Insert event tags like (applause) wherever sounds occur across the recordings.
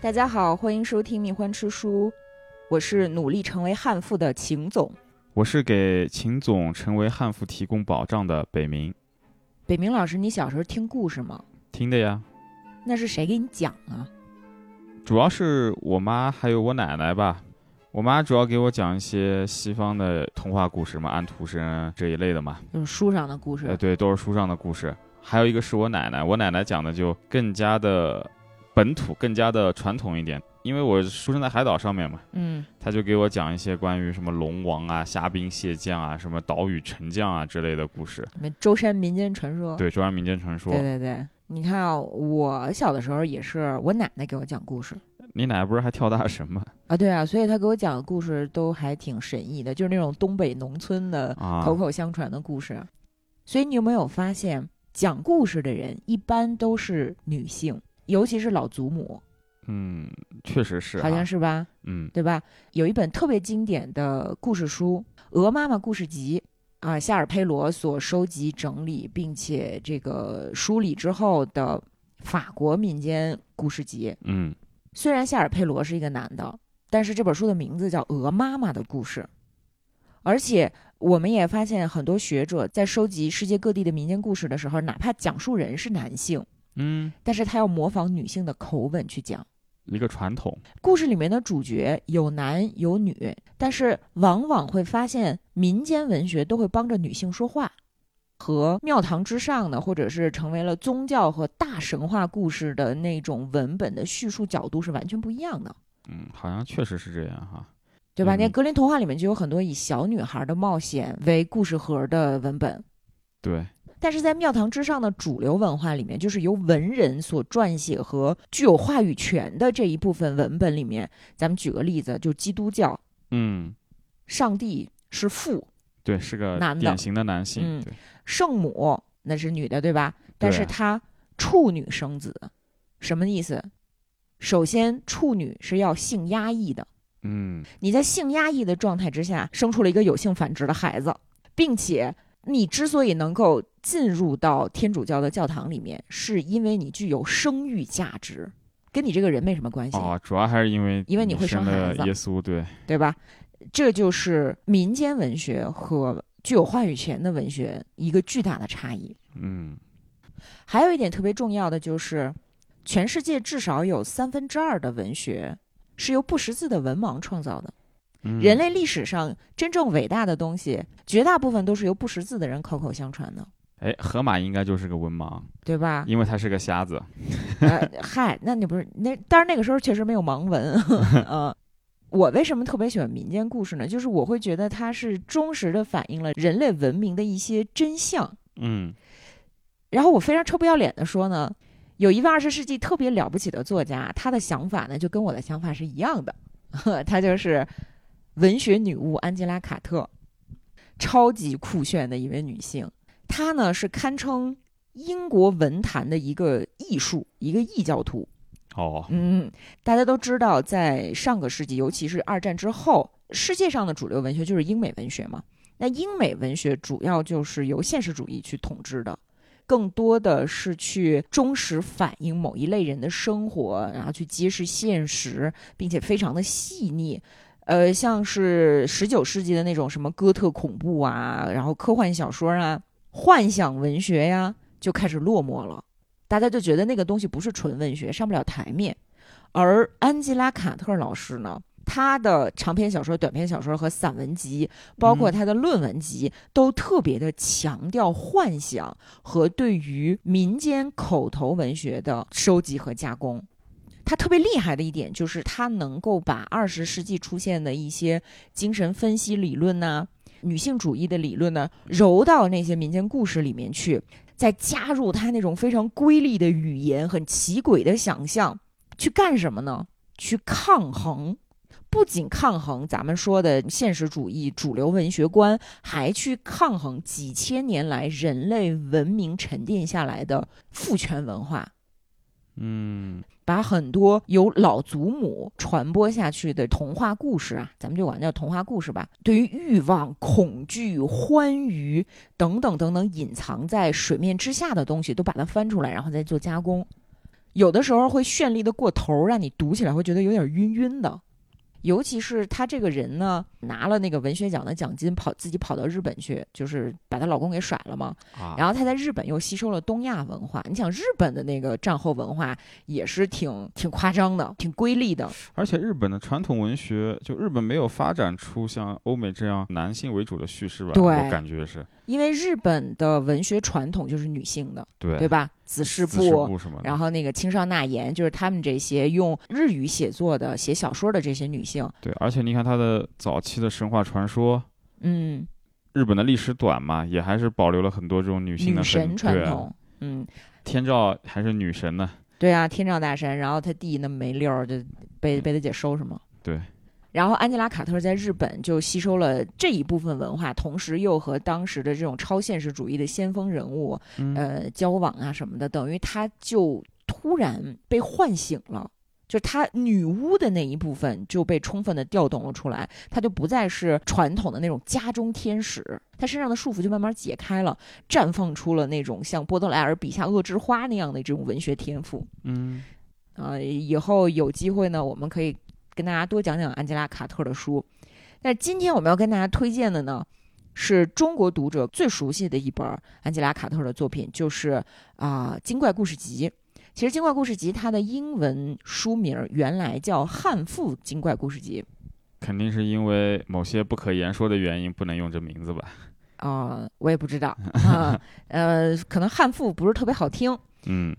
大家好，欢迎收听《蜜獾吃书》，我是努力成为悍妇的秦总。我是给秦总成为悍妇提供保障的北冥北明老师，你小时候听故事吗？听的呀，那是谁给你讲啊？主要是我妈还有我奶奶吧。我妈主要给我讲一些西方的童话故事嘛，安徒生这一类的嘛，就是书上的故呃，事。对，都是书上的故事。还有一个是我奶奶，我奶奶讲的就更加的本土，更加的传统一点，因为我出生在海岛上面嘛，嗯，她就给我讲一些关于什么龙王啊、虾兵蟹将啊、什么岛屿沉降啊之类的故事。你们舟山民间传说。对，中央民间传说哦对。对对你看啊、我小的时候也是我奶奶给我讲故事你奶奶不是还跳大神吗？啊，对啊，所以她给我讲的故事都还挺神异的，就是那种东北农村的啊，口口相传的故事。所以你有没有发现，讲故事的人一般都是女性，尤其是老祖母，嗯，确实是、啊，好像是，是吧？嗯，对吧？有一本特别经典的故事书《鹅妈妈故事集》啊，夏尔佩罗所收集、整理并且这个梳理之后的法国民间故事集。嗯，虽然夏尔佩罗是一个男的，但是这本书的名字叫《鹅妈妈的故事》，而且我们也发现很多学者在收集世界各地的民间故事的时候，哪怕讲述人是男性，嗯，但是他要模仿女性的口吻去讲。一个传统，故事里面的主角有男有女，但是往往会发现民间文学都会帮着女性说话，和庙堂之上的，或者是成为了宗教和大神话故事的那种文本的叙述角度是完全不一样的。嗯，好像确实是这样哈。对吧？嗯那格林童话里面就有很多以小女孩的冒险为故事盒的文本，对，但是在庙堂之上的主流文化里面，就是由文人所撰写和具有话语权的这一部分文本里面，咱们举个例子，就基督教，嗯，上帝是父，对，是个男的典型的男性，嗯对，圣母那是女的，对吧？但是她处女生子，什么意思？首先，处女是要性压抑的，嗯，你在性压抑的状态之下，生出了一个有性繁殖的孩子，并且你之所以能够进入到天主教的教堂里面，是因为你具有生育价值，跟你这个人没什么关系，哦，主要还是因为因为你会生生孩了子耶稣，对，对吧？这就是民间文学和具有话语权的文学一个巨大的差异。嗯，还有一点特别重要的就是，全世界至少有三分之二的文学是由不识字的文盲创造的。嗯人类历史上真正伟大的东西，绝大部分都是由不识字的人口口相传的，哎，河马应该就是个文盲，对吧？因为他是个瞎子，呃嗨，那你不是那？但是那个时候确实没有盲文， (laughs) 呃。我为什么特别喜欢民间故事呢？就是我会觉得它是忠实的反映了人类文明的一些真相。嗯，然后我非常臭不要脸的说呢，有一位二十世纪特别了不起的作家，他的想法呢就跟我的想法是一样的， (laughs) 他就是文学女巫安吉拉·卡特，超级酷炫的一位女性。她呢是堪称英国文坛的一个艺术，一个异教徒。哦，嗯，大家都知道，在上个世纪，尤其是二战之后，世界上的主流文学就是英美文学嘛。那英美文学主要就是由现实主义去统治的，更多的是去忠实反映某一类人的生活，然后去揭示现实，并且非常的细腻。呃，像是十九世纪的那种什么哥特恐怖啊，然后科幻小说啊、幻想文学呀、就开始落寞了。大家就觉得那个东西不是纯文学，上不了台面。而安吉拉·卡特老师呢，她的长篇小说、短篇小说和散文集，包括她的论文集，都特别的强调幻想和对于民间口头文学的收集和加工。他特别厉害的一点就是，他能够把二十世纪出现的一些精神分析理论呐、女性主义的理论呢，揉到那些民间故事里面去，再加入他那种非常瑰丽的语言、很奇诡的想象，去干什么呢？去抗衡，不仅抗衡咱们说的现实主义主流文学观，还去抗衡几千年来人类文明沉淀下来的父权文化，嗯，把很多由老祖母传播下去的童话故事啊，咱们就管它叫童话故事吧，对于欲望、恐惧、欢愉等等等等隐藏在水面之下的东西，都把它翻出来，然后再做加工。有的时候会绚丽的过头，让你读起来会觉得有点晕晕的。尤其是她这个人呢，拿了那个文学奖的奖金，跑自己跑到日本去，就是把她老公给甩了嘛。啊，然后她在日本又吸收了东亚文化，你想日本的那个战后文化也是挺挺夸张的，挺瑰丽的。而且日本的传统文学，就日本没有发展出像欧美这样男性为主的叙事吧？对我感觉是因为日本的文学传统就是女性的，对对吧？子氏四十部什么的，然后那个青上纳言，就是他们这些用日语写作的、写小说的这些女性，对，而且你看他的早期的神话传说，嗯，日本的历史短嘛，也还是保留了很多这种女性女的神很传对啊统，嗯，天照还是女神呢，对啊，天照大神，然后他弟那么没溜儿，就被嗯被他姐收拾嘛。对。然后安吉拉·卡特在日本就吸收了这一部分文化，同时又和当时的这种超现实主义的先锋人物，嗯呃，交往啊什么的，等于他就突然被唤醒了，就是他女巫的那一部分就被充分的调动了出来，他就不再是传统的那种家中天使，他身上的束缚就慢慢解开了，绽放出了那种像波德莱尔笔下恶之花那样的这种文学天赋。嗯，呃，以后有机会呢，我们可以跟大家多讲讲安吉拉·卡特的书。但是今天我们要跟大家推荐的呢，是中国读者最熟悉的一本儿安吉拉·卡特的作品，就是啊、精怪故事集》。其实《精怪故事集》它的英文书名儿原来叫《汉妇精怪故事集》肯定是因为某些不可言说的原因不能用这名字吧？啊、我也不知道啊、 (laughs) 呃，可能汉妇不是特别好听，嗯，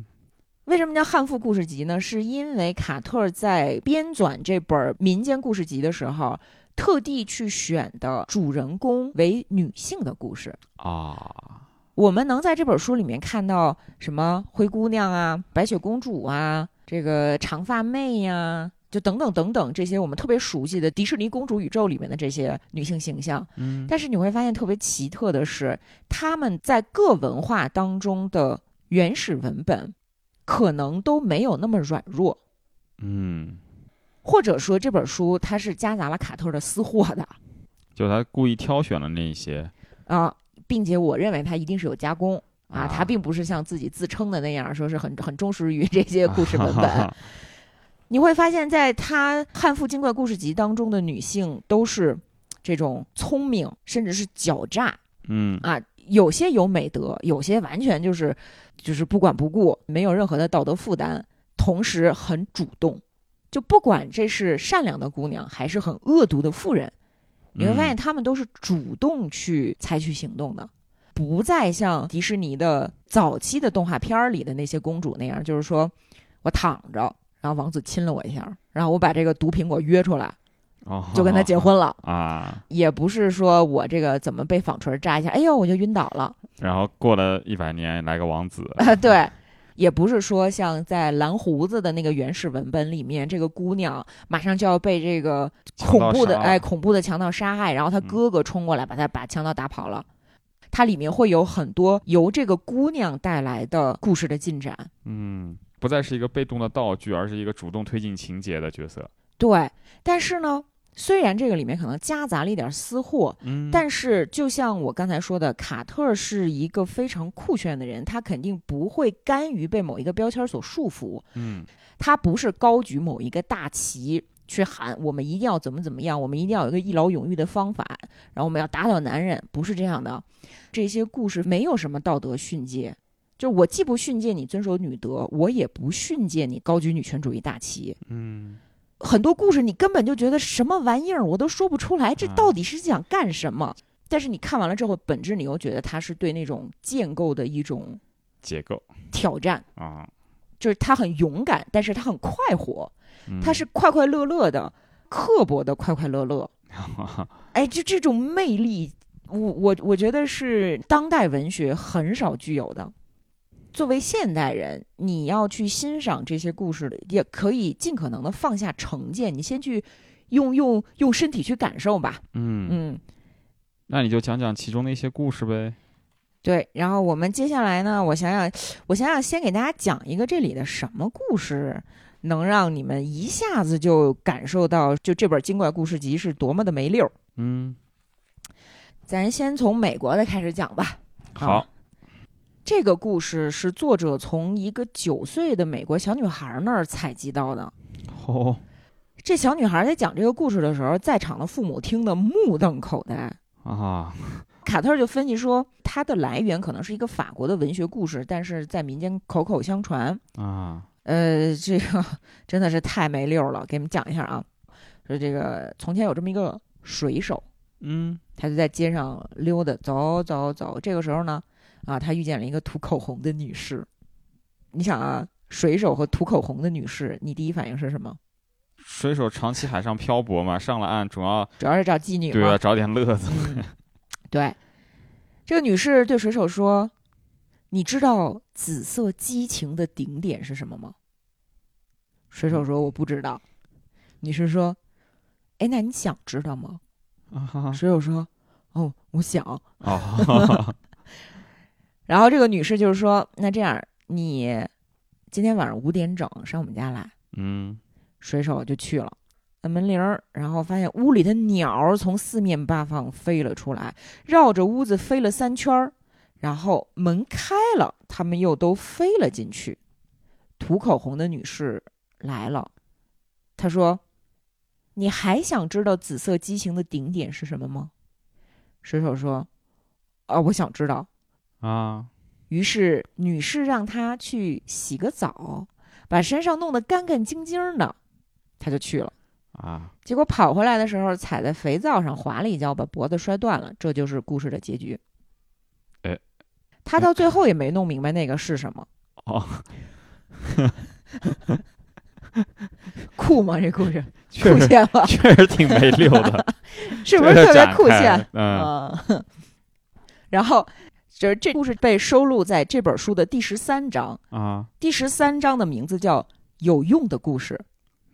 为什么叫汉赋故事集呢？是因为卡特尔在编纂这本民间故事集的时候，特地去选的主人公为女性的故事。啊，我们能在这本书里面看到什么灰姑娘啊、白雪公主啊、这个长发妹呀、就等等等等这些我们特别熟悉的迪士尼公主宇宙里面的这些女性形象。嗯，但是你会发现特别奇特的是，他们在各文化当中的原始文本，可能都没有那么软弱，嗯，或者说这本书它是夹杂了卡特的私货的 (laughs) 就他故意挑选了那一些啊，并且我认为它一定是有加工。啊，啊它并不是像自己自称的那样，说是很很忠实于这些故事文本。 (laughs) 你会发现在他《汉妇精怪故事集》当中的女性都是这种聪明，甚至是狡诈，嗯，啊，有些有美德，有些完全就是就是不管不顾，没有任何的道德负担，同时很主动。就不管这是善良的姑娘，还是很恶毒的妇人，你会发现嗯她们都是主动去采取行动的，不再像迪士尼的早期的动画片儿里的那些公主那样，就是说我躺着，然后王子亲了我一下，然后我把这个毒苹果约出来，哦就跟他结婚了。 (laughs) 啊，也不是说我这个怎么被纺锤扎一下，哎呦我就晕倒了，然后过了一百年来个 (laughs) 王子， (laughs) 啊，对，也不是说像在蓝胡子的那个原始文本里面，这个姑娘马上就要被这个恐怖的强盗杀哎恐怖的强盗杀害，然后她嗯哥哥冲过来把她把强盗打跑了。它里面会有很多由这个姑娘带来的故事的进展，嗯，不再是一个被动的道具，而是一个主动推进情节的角色。对。但是呢，虽然这个里面可能夹杂了一点私货，嗯但是，就像我刚才说的，卡特儿是一个非常酷炫的人，他肯定不会甘于被某一个标签所束缚，嗯他不是高举某一个大旗去喊我们一定要怎么怎么样，我们一定要有一个一劳永逸的方法，然后我们要打倒男人，不是这样的。这些故事没有什么道德训诫，就是我既不训诫你遵守女德，我也不训诫你高举女权主义大旗。嗯，很多故事你根本就觉得什么玩意儿，我都说不出来，这啊到底是想干什么？但是你看完了之后，本质你又觉得它是对那种建构的一种解构挑战，啊，就是他很勇敢，但是他很快活，嗯 (laughs) 他是快快乐乐的、刻薄的快快乐乐。嗯哎，就这种魅力，我我我觉得是当代文学很少具有的。作为现代人，你要去欣赏这些故事，也可以尽可能的放下成见，你先去用用用身体去感受吧。嗯，嗯，那你就讲讲其中的一些故事呗。对。然后我们接下来呢，我想想，我想想，先给大家讲一个这里的什么故事，能让你们一下子就感受到，就这本精怪故事集是多么的没溜儿。嗯，咱先从美国的开始讲吧。好，这个故事是作者从一个九岁的美国小女孩那儿采集到的。哦，这小女孩在讲这个故事的时候，在场的父母听得目瞪口呆。啊，卡特就分析说，它的来源可能是一个法国的文学故事，但是在民间口口相传。啊，呃，这个真的是太没溜儿了，给你们讲一下啊。说这个从前有这么一个水手，嗯，他就在街上溜达，走走走。这个时候呢，啊，他遇见了一个涂口红的女士。你想啊，水手和涂口红的女士，你第一反应是什么？水手长期海上漂泊嘛，上了岸总要主要是找妓女对啊嘛。找点乐子。嗯，对。这个女士对水手说：“你知道紫色激情的顶点是什么吗？”水手说：“我不知道。”女士说：“哎，那你想知道吗啊哈？”水手说：“哦，我想。哦，”然后这个女士就是说：“那这样，你今天晚上五点整上我们家来。嗯，”水手就去了。按门铃儿，然后发现屋里的鸟儿从四面八方飞了出来，绕着屋子飞了三圈儿，然后门开了，它们又都飞了进去。涂口红的女士来了，她说：“你还想知道紫色激情的顶点是什么吗？”水手说：“啊，我想知道。”啊，于是女士让他去洗个澡，把身上弄得干干净净的，他就去了。啊，结果跑回来的时候，踩在肥皂上滑了一跤，把脖子摔断了。这就是故事的结局。哎，他到最后也没弄明白那个是什么。哦， (laughs) 酷吗？这故 (laughs) 事确酷实炫 (laughs) 吧？确实挺没溜的， (laughs) 是不是特别酷炫？嗯，嗯， (laughs) 然后就是这故事被收录在这本书的第十三章。啊，第十三章的名字叫《有用的故事》。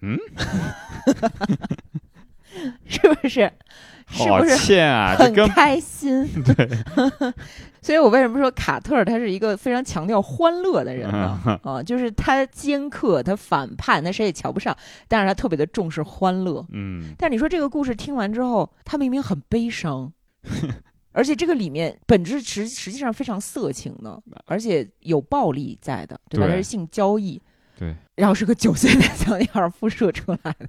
嗯， (laughs) 是不是？是好不是欠啊，这很跟开 (laughs) 心？对。 (laughs) 所以我为什么说卡特他是一个非常强调欢乐的人 (laughs) 呢？嗯啊，就是他尖刻，他反叛，他谁也瞧不上，但是他特别的重视欢乐。嗯但你说这个故事听完之后，他明明很悲 (laughs) 伤，而且这个里面本质实实际上非常色情的，而且有暴力在的，对吧？对它是性交易，对，然后是个九岁的 (laughs) 小女孩复述出来的。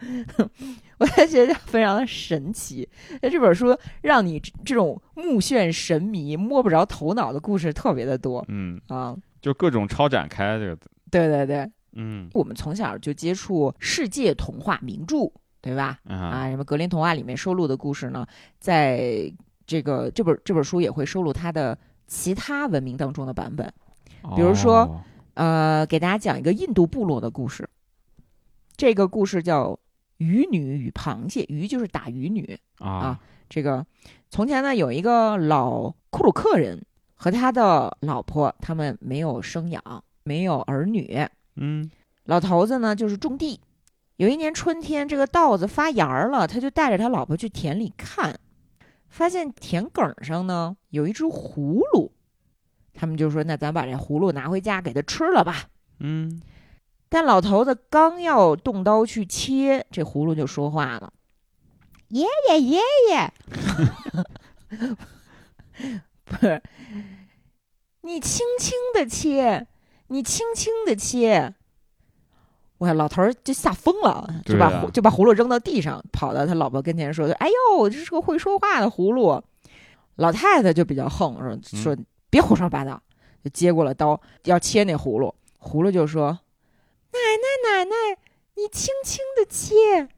(laughs) 我也觉得非常的神奇，那这本书让你这这种目眩神迷、摸不着头脑的故事特别的多嗯，啊！就各种超展开这个，对对对，嗯我们从小就接触世界童话名著，对吧？啊，啊，什么格林童话里面收录的故事呢，在这个这本这本书也会收录它的其他文明当中的版本。比如说哦，呃，给大家讲一个印度部落的故事，这个故事叫《鱼女与螃蟹》，鱼就是打鱼女。啊，这个从前呢，有一个老库鲁克人和他的老婆，他们没有生养，没有儿女。嗯老头子呢，就是种地。有一年春天，这个稻子发芽儿了，他就带着他老婆去田里看，发现田埂上呢有一只葫芦，他们就说：“那咱把这葫芦拿回家给它吃了吧。嗯，”但老头子刚要动刀去切，这葫芦就说话了：“爷爷，爷爷， (laughs) 不是，你轻轻的切，你轻轻的切。”哇，老头儿就吓疯了，就对把啊葫就把葫芦扔到地上，跑到他老婆跟前说：“哎呦，这是个会说话的葫芦。”老太太就比较横，嗯说说、别胡说八道，就接过了刀要切那葫芦。葫芦就说：“奶奶，奶奶，你轻轻的切。”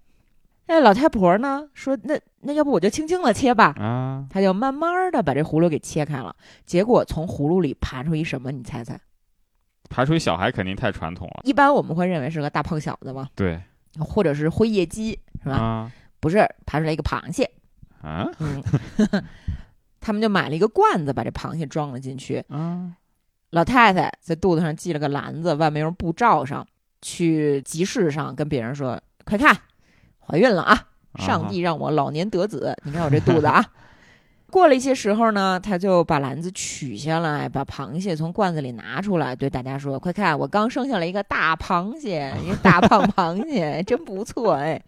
那老太婆呢说：“那那要不我就轻轻的切吧。”啊，他就慢慢的把这葫芦给切开了，结果从葫芦里爬出一什么？你猜猜？排除小孩肯定太传统了，一般我们会认为是个大胖小子嘛，对或者是灰夜鸡，是吧？啊不是，爬出来一个螃蟹。啊嗯，他们就买了一个罐子，把这螃蟹装了进去。啊，老太太在肚子上系了个篮子，外面用布罩上，去集市上跟别人说：“快看，怀孕了啊！”上帝让我老年得子，你看我这肚子 (laughs) 啊。过了一些时候呢，他就把篮子取下来，把螃蟹从罐子里拿出来，对大家说：“快看，我刚生下了一个大螃蟹，一个大 (laughs) 胖螃蟹，真不错哎！”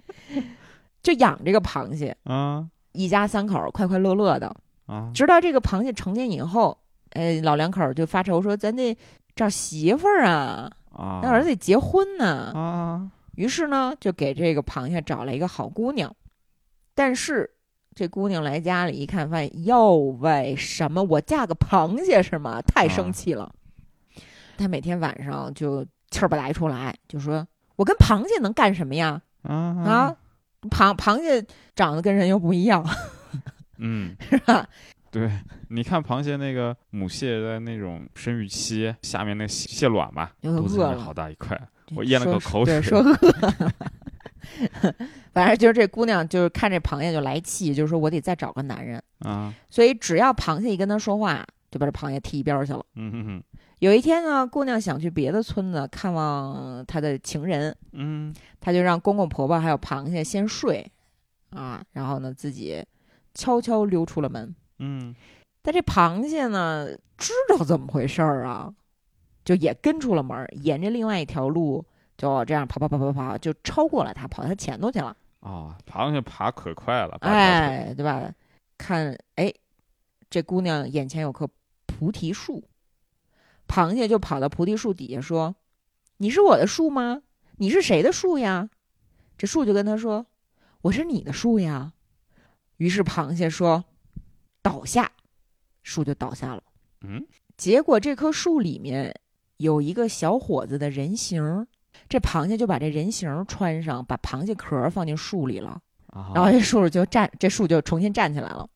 就养这个螃蟹，啊一家三口快快乐乐的。啊啊直到这个螃蟹成年以后，呃，老两口儿就发愁说，咱得找媳妇儿啊，啊，咱儿子得结婚呢、啊，于是呢，就给这个螃蟹找了一个好姑娘。但是这姑娘来家里一看，发现哟喂，什么我嫁个螃蟹是吗？太啊生气了。她每天晚上就气儿不打一处来，就说：“我跟螃蟹能干什么呀？啊啊，，螃螃蟹长得跟人又不一样，嗯，是吧？对，你看螃蟹那个母蟹在那种生育期下面那蟹蟹卵吧，有点肚子里饿面了好大一块， (laughs) 我咽了口口对，水，说饿了。 (laughs) 反正就是这姑娘，就是看这螃蟹就来气，就是说我得再找个男人。啊，所以只要螃蟹一跟他说话，就把这螃蟹踢一边儿去了。嗯哼哼有一天呢，姑娘想去别的村子看望她的情人，嗯她就让公公婆婆还有螃蟹先睡，啊，然后呢自己悄悄溜出了门。嗯但这螃蟹呢，知道怎么回事儿啊，就也跟出了门儿，沿着另外一条路就这样跑跑跑跑跑，就超过了他，跑他前头去了。啊，螃蟹爬可快了，八条腿，哎，对吧？看，哎，这姑娘眼前有棵菩提树，螃蟹就跑到菩提树底下说：“你是我的树吗？你是谁的树呀？”这树就跟他说：“我是你的树呀。”于是螃蟹说：“倒下。”树就倒下了。嗯，结果这棵树里面有一个小伙子的人形儿，这螃蟹就把这人形儿穿上，把螃蟹壳儿放进树里了。啊，然后这树就站，这树就重新站起来了。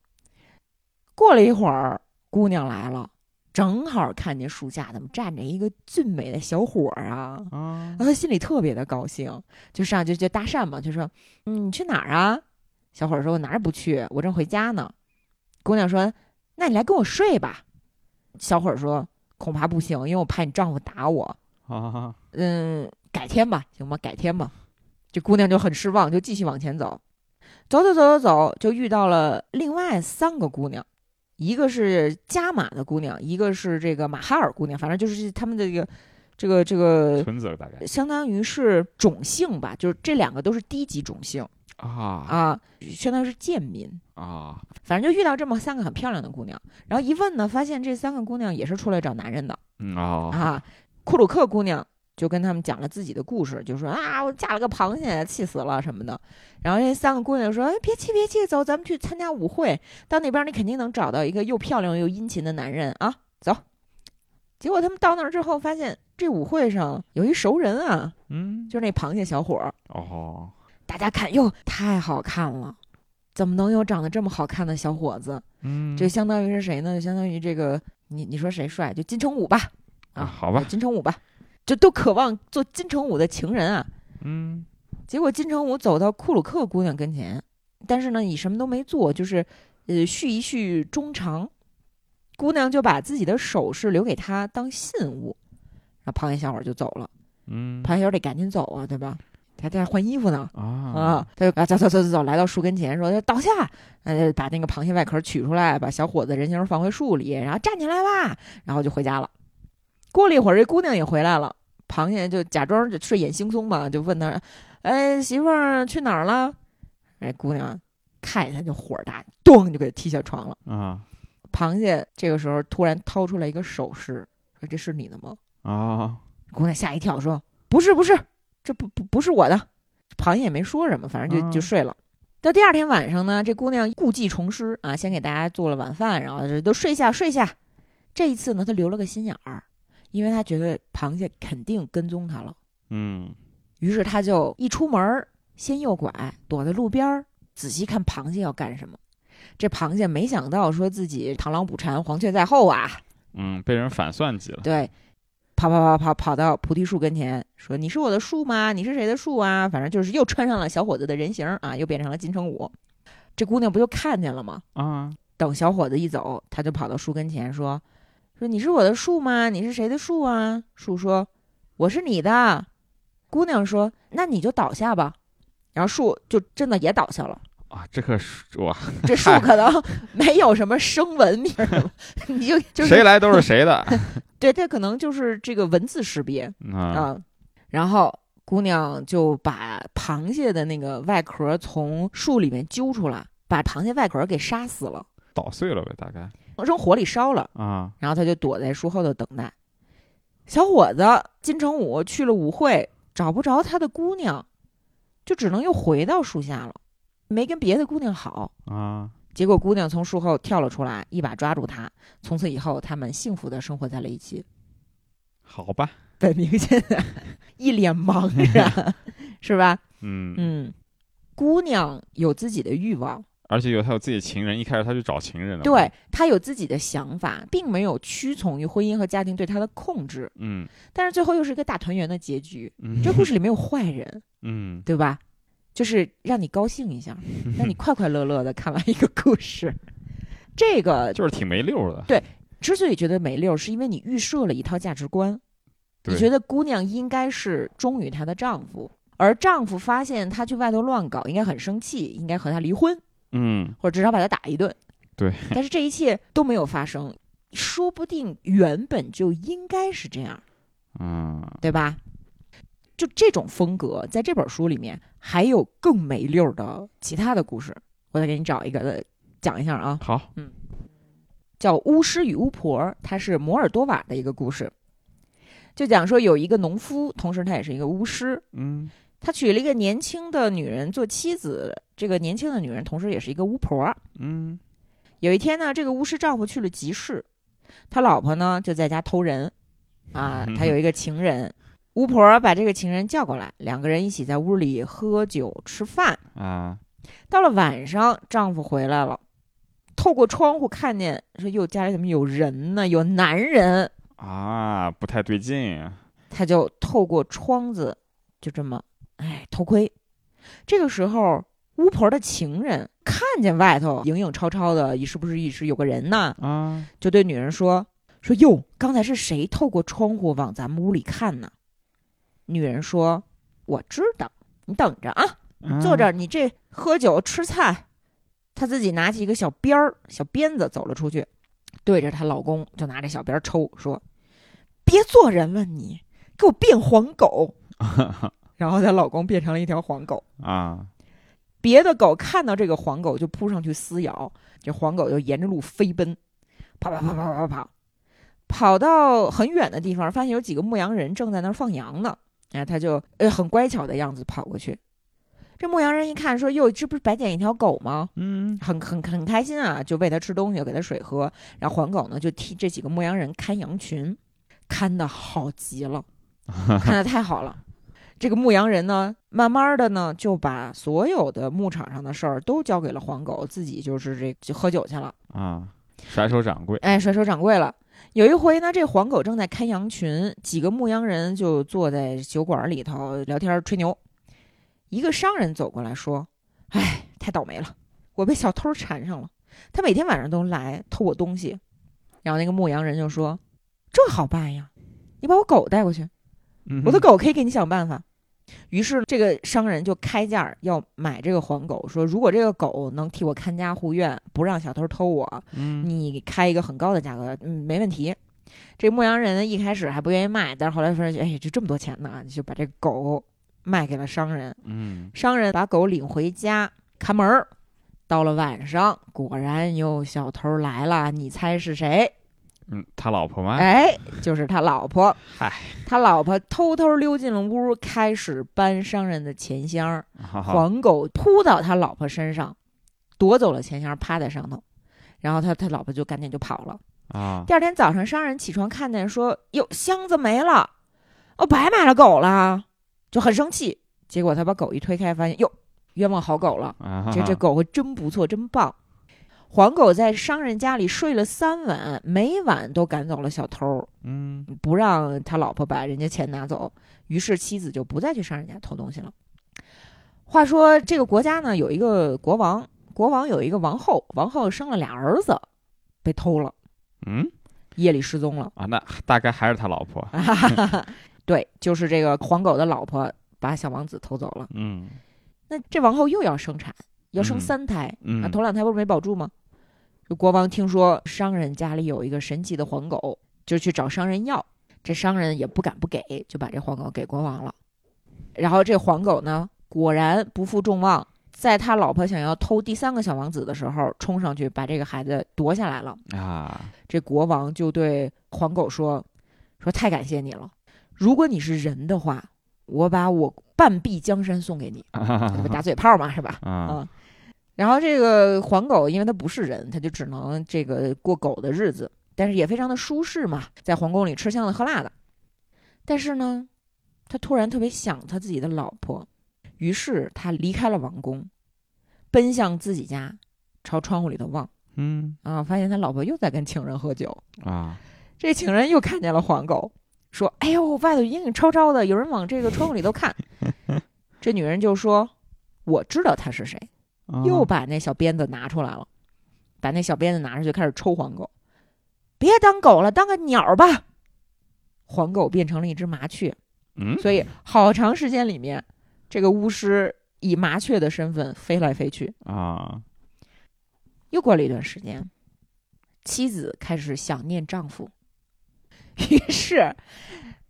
过了一会儿，姑娘来了，正好看见树下怎么站着一个俊美的小伙儿啊，啊然后她心里特别的高兴，就上去就搭讪嘛，就说：“嗯，你去哪儿啊？”小伙儿说：“我哪儿也不去，我正回家呢。”姑娘说：“那你来跟我睡吧。”小伙儿说：“恐怕不行，因为我怕你丈夫打我。”啊，嗯，改天吧，行吗？改天吧。这姑娘就很失望，就继续往前走，走走走走走，就遇到了另外三个姑娘，一个是加马的姑娘，一个是这个马哈尔姑娘，反正就是他们的这个这个这个，村子大概相当于是种姓吧，就是这两个都是低级种姓啊啊，相当于是贱民。啊反正就遇到这么三个很漂亮的姑娘，然后一问呢，发现这三个姑娘也是出来找男人的。嗯啊啊，库鲁克姑娘就跟他们讲了自己的故事，就说啊，我嫁了个螃蟹，气死了什么的。然后这三个姑娘说，哎，别气别气，走，咱们去参加舞会，到那边你肯定能找到一个又漂亮又殷勤的男人啊，走。结果他们到那儿之后，发现这舞会上有一熟人啊，嗯就是那螃蟹小伙儿。哦大家看，哟，太好看了，怎么能有长得这么好看的小伙子？嗯这相当于是谁呢？就相当于这个，你你说谁帅？就金城武吧。啊好吧金城武吧，就都渴望做金城武的情人啊。嗯结果金城武走到库鲁克姑娘跟前，但是呢，你什么都没做，就是呃续一续衷肠。姑娘就把自己的首饰留给他当信物，然后螃蟹小伙就走了。嗯螃蟹小伙得赶紧走啊，对吧？他在换衣服呢。啊啊，他就啊走走走走走，来到树跟前，说倒下，呃，把那个螃蟹外壳取出来，把小伙子人形放回树里，然后站起来吧，然后就回家了。过了一会儿，这姑娘也回来了，螃蟹就假装就睡眼惺忪嘛，就问她，哎，媳妇儿去哪儿了？哎，姑娘看见他就火大，咚就给他踢下床了。啊螃蟹这个时候突然掏出来一个首饰，说这是你的吗？啊姑娘吓一跳，说：“不是，不是，这不不不是我的。”螃蟹也没说什么，反正就就啊睡了。到第二天晚上呢，这姑娘故技重施啊，先给大家做了晚饭，然后这都睡下睡下。这一次呢，她留了个心眼儿，因为她觉得螃蟹肯定跟踪她了，嗯于是她就一出门儿先右拐，躲在路边儿仔细看螃蟹要干什么。这螃蟹没想到说自己螳螂捕蝉，黄雀在后啊，嗯被人反算计了对，跑跑跑跑跑到菩提树跟前，说：“你是我的树吗？你是谁的树啊？”反正就是又穿上了小伙子的人形儿啊，又变成了金城武。这姑娘不就看见了吗？啊等小伙子一走，她就跑到树跟前说：“说你是我的树吗？你是谁的树啊？”树说：“我是你的。”姑娘说：“那你就倒下吧。”然后树就真的也倒下了。啊这棵树哇这树可能 (laughs) 没有什么声纹名儿吧， (laughs) 你就就是谁来都是 (laughs) 谁的对，这可能就是这个文字识别。啊啊，然后姑娘就把螃蟹的那个外壳从树里面揪出来，把螃蟹外壳给杀死了。捣碎了呗大概扔火里烧了，啊，然后他就躲在树后头等待。小伙子金城武去了舞会，找不着他的姑娘，就只能又回到树下了，没跟别的姑娘好。啊，结果姑娘从树后跳了出来，一把抓住他。从此以后，他们幸福的生活在了一起。好吧，本明现在 (laughs) 一脸茫然，是吧？嗯，嗯，姑娘有自己的欲望，而且有他有自己的情人，一开始他去找情人了，对，她有自己的想法，并没有屈从于婚姻和家庭对她的控制。嗯但是最后又是一个大团圆的结局。嗯，这故事里没有坏人，嗯，对吧？就是让你高兴一下，让你快快乐乐的看完一个故事。这个就是挺没溜儿的，之所以觉得没溜儿，是因为你预设了一套价值观，对你觉得姑娘应该是忠于她的丈夫，而丈夫发现她去外头乱搞，应该很生气，应该和她离婚，嗯，或者至少把她打一顿。对，但是这一切都没有发生，说不定原本就应该是这样，嗯，对吧？就这种风格，在这本书里面还有更没溜儿的其他的故事，我再给你找一个呃讲一下啊。好，叫《巫师与巫婆》，它是摩尔多瓦的一个故事，就讲说有一个农夫，同时他也是一个巫师，嗯他娶了一个年轻的女人做妻子，这个年轻的女人同时也是一个巫婆。嗯有一天呢，这个巫师丈夫去了集市，他老婆呢就在家偷人，啊，他有一个情人，巫婆把这个情人叫过来，两个人一起在屋里喝酒吃饭。啊，到了晚上，丈夫回来了，透过窗户看见说：“哟，家里怎么有人呢？有男人。啊，不太对劲，”啊他就透过窗子，就这么，哎，偷窥。这个时候，巫婆的情人看见外头影影绰绰的，是不是一时有个人呢？啊，就对女人说：“说哟，刚才是谁透过窗户往咱们屋里看呢？”女人说：“我知道，你等着啊。”嗯坐这，儿，你这喝酒吃菜。她自己拿起一个小鞭儿、小鞭子走了出去，对着她老公就拿这小鞭儿抽，说：“别做人了你，给我变黄狗。”然后她老公变成了一条黄狗。啊，别的狗看到这个黄狗就扑上去撕咬，这黄狗就沿着路飞奔，跑跑跑跑跑跑，跑到很远的地方，发现有几个牧羊人正在那儿放羊呢。哎，他就呃很乖巧的样子跑过去。这牧羊人一看说：“哟，这不是白捡一条狗吗？嗯很很很开心啊，就喂它吃东西，给它水喝。然后黄狗呢，就替这几个牧羊人看羊群，看的好极了，看的太好了。这个牧羊人呢，慢慢的呢，就把所有的牧场上的事儿都交给了黄狗，自己就是这就喝酒去了，啊，甩手掌柜，哎，甩手掌柜了。有一回呢，这黄狗正在看羊群，几个牧羊人就坐在酒馆里头聊天吹牛。一个商人走过来说：“哎，太倒霉了，我被小偷缠上了，他每天晚上都来偷我东西。”然后那个牧羊人就说：“这好办呀，你把我狗带过去，嗯我的，狗可以给你想办法。于是这个商人就开价要买这个黄狗，说如果这个狗能替我看家护院，不让小偷偷我，嗯你开一个很高的价格，嗯，没问题。这牧羊人一开始还不愿意卖，但是后来说，哎，就这么多钱呢，就把这个狗卖给了商人。嗯商人把狗领回家看门儿，到了晚上，果然有小偷来了，你猜是谁？嗯，他老婆吗？哎，就是他老婆。嗨，他老婆偷偷溜进了屋，开始搬商人的钱箱儿。好好，黄狗扑到他老婆身上，夺走了钱箱，趴在上头。然后他他老婆就赶紧就跑了。啊，第二天早上，商人起床看见说：“哟，箱子没了，哦，白买了狗了。”就很生气。结果他把狗一推开，发现哟，冤枉好狗了。啊，这这狗狗真不错，真棒。黄狗在商人家里睡了三晚，每晚都赶走了小偷。嗯不让他老婆把人家钱拿走，于是妻子就不再去上人家偷东西了。话说这个国家呢，有一个国王，国王有一个王后，王后生了俩儿子，被偷了，嗯夜里失踪了。啊，那大概还是他老婆， (laughs) 对，就是这个黄狗的老婆把小王子偷走了。嗯那这王后又要生产，要生嗯三胎，啊，嗯，头两胎不是没保住吗？这国王听说商人家里有一个神奇的黄狗，就去找商人要。这商人也不敢不给，就把这黄狗给国王了。然后这黄狗呢，果然不负众望，在他老婆想要偷第三个小王子的时候，冲上去把这个孩子夺下来了。啊，这国王就对黄狗说：“说太感谢你了，如果你是人的话，我把我半壁江山送给你，这不打嘴炮嘛，是吧？”啊，啊。然后这个黄狗，因为它不是人，它就只能这个过狗的日子，但是也非常的舒适嘛，在皇宫里吃香的喝辣的。但是呢，他突然特别想他自己的老婆，于是他离开了王宫，奔向自己家，朝窗户里头望嗯啊，发现他老婆又在跟情人喝酒。啊，这情人又看见了黄狗，说：“哎呦，外头阴影超超的，有人往这个窗户里头看。”这女人就说：“我知道他是谁。”啊又把那小鞭子拿出来了，把那小鞭子拿出去开始抽黄狗，别当狗了，当个鸟儿吧。黄狗变成了一只麻雀，嗯，所以好长时间里面，这个巫师以麻雀的身份飞来飞去。啊，又过了一段时间，妻子开始想念丈夫，于是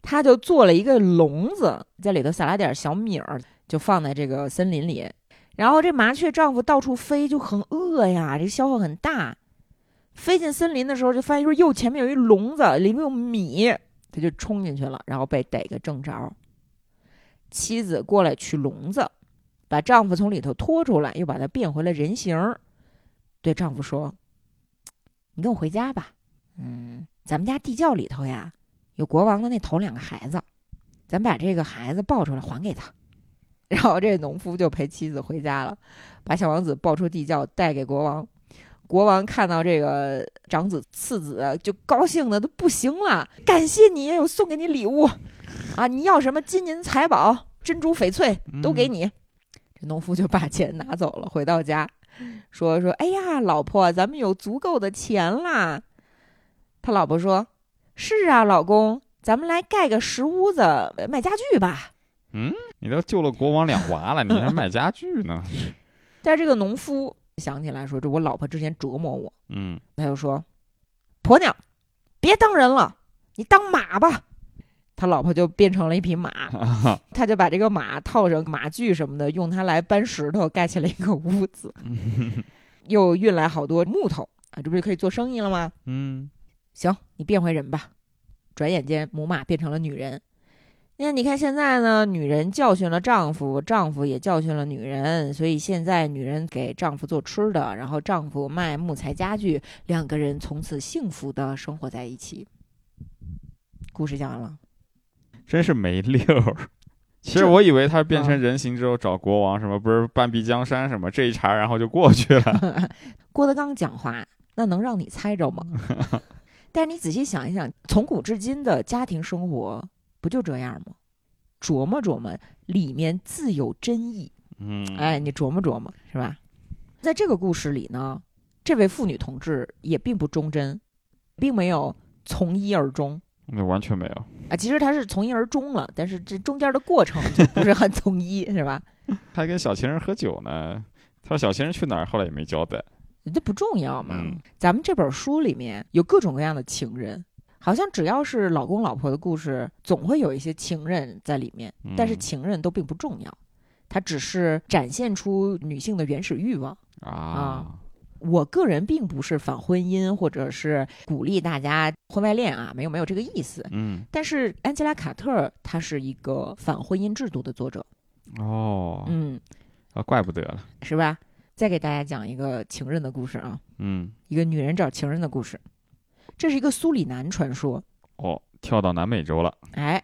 她就做了一个笼子，在里头撒了点小米儿，就放在这个森林里。然后这麻雀丈夫到处飞，就很饿呀，这个消耗很大。飞进森林的时候，就发现说右前面有一笼子，里面有米，他就冲进去了，然后被逮个正着。妻子过来取笼子，把丈夫从里头拖出来，又把他变回了人形儿。对丈夫说：“你跟我回家吧，嗯，咱们家地窖里头呀，有国王的那头两个孩子，咱把这个孩子抱出来还给他。”然后这农夫就陪妻子回家了，把小王子抱出地窖带给国王。国王看到这个长子次子，就高兴的都不行了，感谢你，我送给你礼物，啊，你要什么金银财宝、珍珠翡翠都给你。这农夫就把钱拿走了，回到家说说，哎呀，老婆，咱们有足够的钱啦。他老婆说：“是啊，老公，咱们来盖个石屋子呃卖家具吧。你都救了国王两 (laughs) 娃了，你还买家具呢？”但是这个农夫想起来说：“这我老婆之前折磨我。嗯”他就说：“婆娘，别当人了，你当马吧。”他老婆就变成了一匹马，他就把这个马套上马具什么的，用它来搬石头，盖起了一个屋子，又运来好多木头啊，这不就可以做生意了吗？嗯行，你变回人吧。转眼间，母马变成了女人。那你看现在呢？女人教训了丈夫，丈夫也教训了女人，所以现在女人给丈夫做吃的，然后丈夫卖木材家具，两个人从此幸福的生活在一起。故事讲完了，真是没溜 (laughs) 儿。其实这我以为他变啊成人形之后找国王什么，不是半壁江山什么这一茬，然后就过去 (laughs) 了。郭德纲讲话，那能让你猜着吗？但是你仔细想一想，从古至今的家庭生活不就这样吗？琢磨琢磨，里面自有真意。嗯，哎，你琢磨琢磨，是吧？在这个故事里呢，这位妇女同志也并不忠贞，并没有从一而终那完全没有。啊。其实她是从一而终了，但是这中间的过程就不是很从一， (laughs) 是吧？他还跟小情人喝酒呢，他说小情人去哪儿，后来也没交代。这不重要嘛。嗯咱们这本书里面有各种各样的情人，好像只要是老公老婆的故事，总会有一些情人在里面，但是嗯情人都并不重要，它只是展现出女性的原始欲望。啊，我个人并不是反婚姻，或者是鼓励大家婚外恋啊，没有没有这个意思。嗯，但是安吉拉·卡特儿她是一个反婚姻制度的作者，哦，嗯，啊，怪不得了。是吧？再给大家讲一个情人的故事啊，嗯，一个女人找情人的故事。这是一个苏里南传说，哦，跳到南美洲了。哎，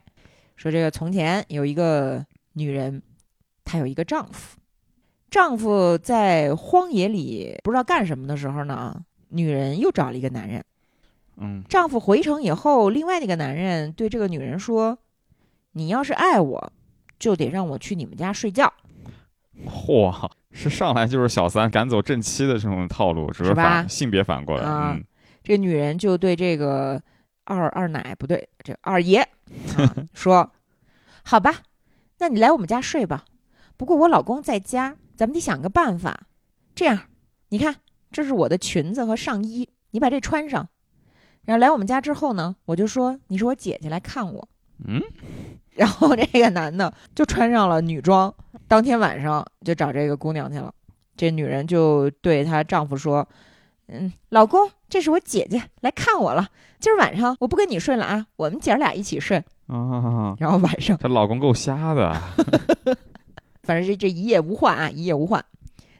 说这个从前有一个女人，她有一个丈夫，丈夫在荒野里不知道干什么的时候呢，女人又找了一个男人。嗯丈夫回城以后，另外那个男人对这个女人说：“你要是爱我，就得让我去你们家睡觉，嚯，是上来就是小三赶走正妻的这种套路，只是是吧反性别反过来。啊嗯，这女人就对这个二二奶不对，这二爷、啊说：“好吧，那你来我们家睡吧。不过我老公在家，咱们得想个办法。这样，你看，这是我的裙子和上衣，你把这穿上。然后来我们家之后呢，我就说你是我 (laughs) 姐姐来看我。嗯，然后这个男的就穿上了女装，当天晚上就找这个姑娘去了。这女人就对她丈夫说：“嗯，老公，这是我姐姐来看我了。今儿晚上我不跟你睡了啊，我们姐儿俩一起睡。啊”，然后晚上，她老公够瞎的，反正这这一夜无话啊，一夜无话。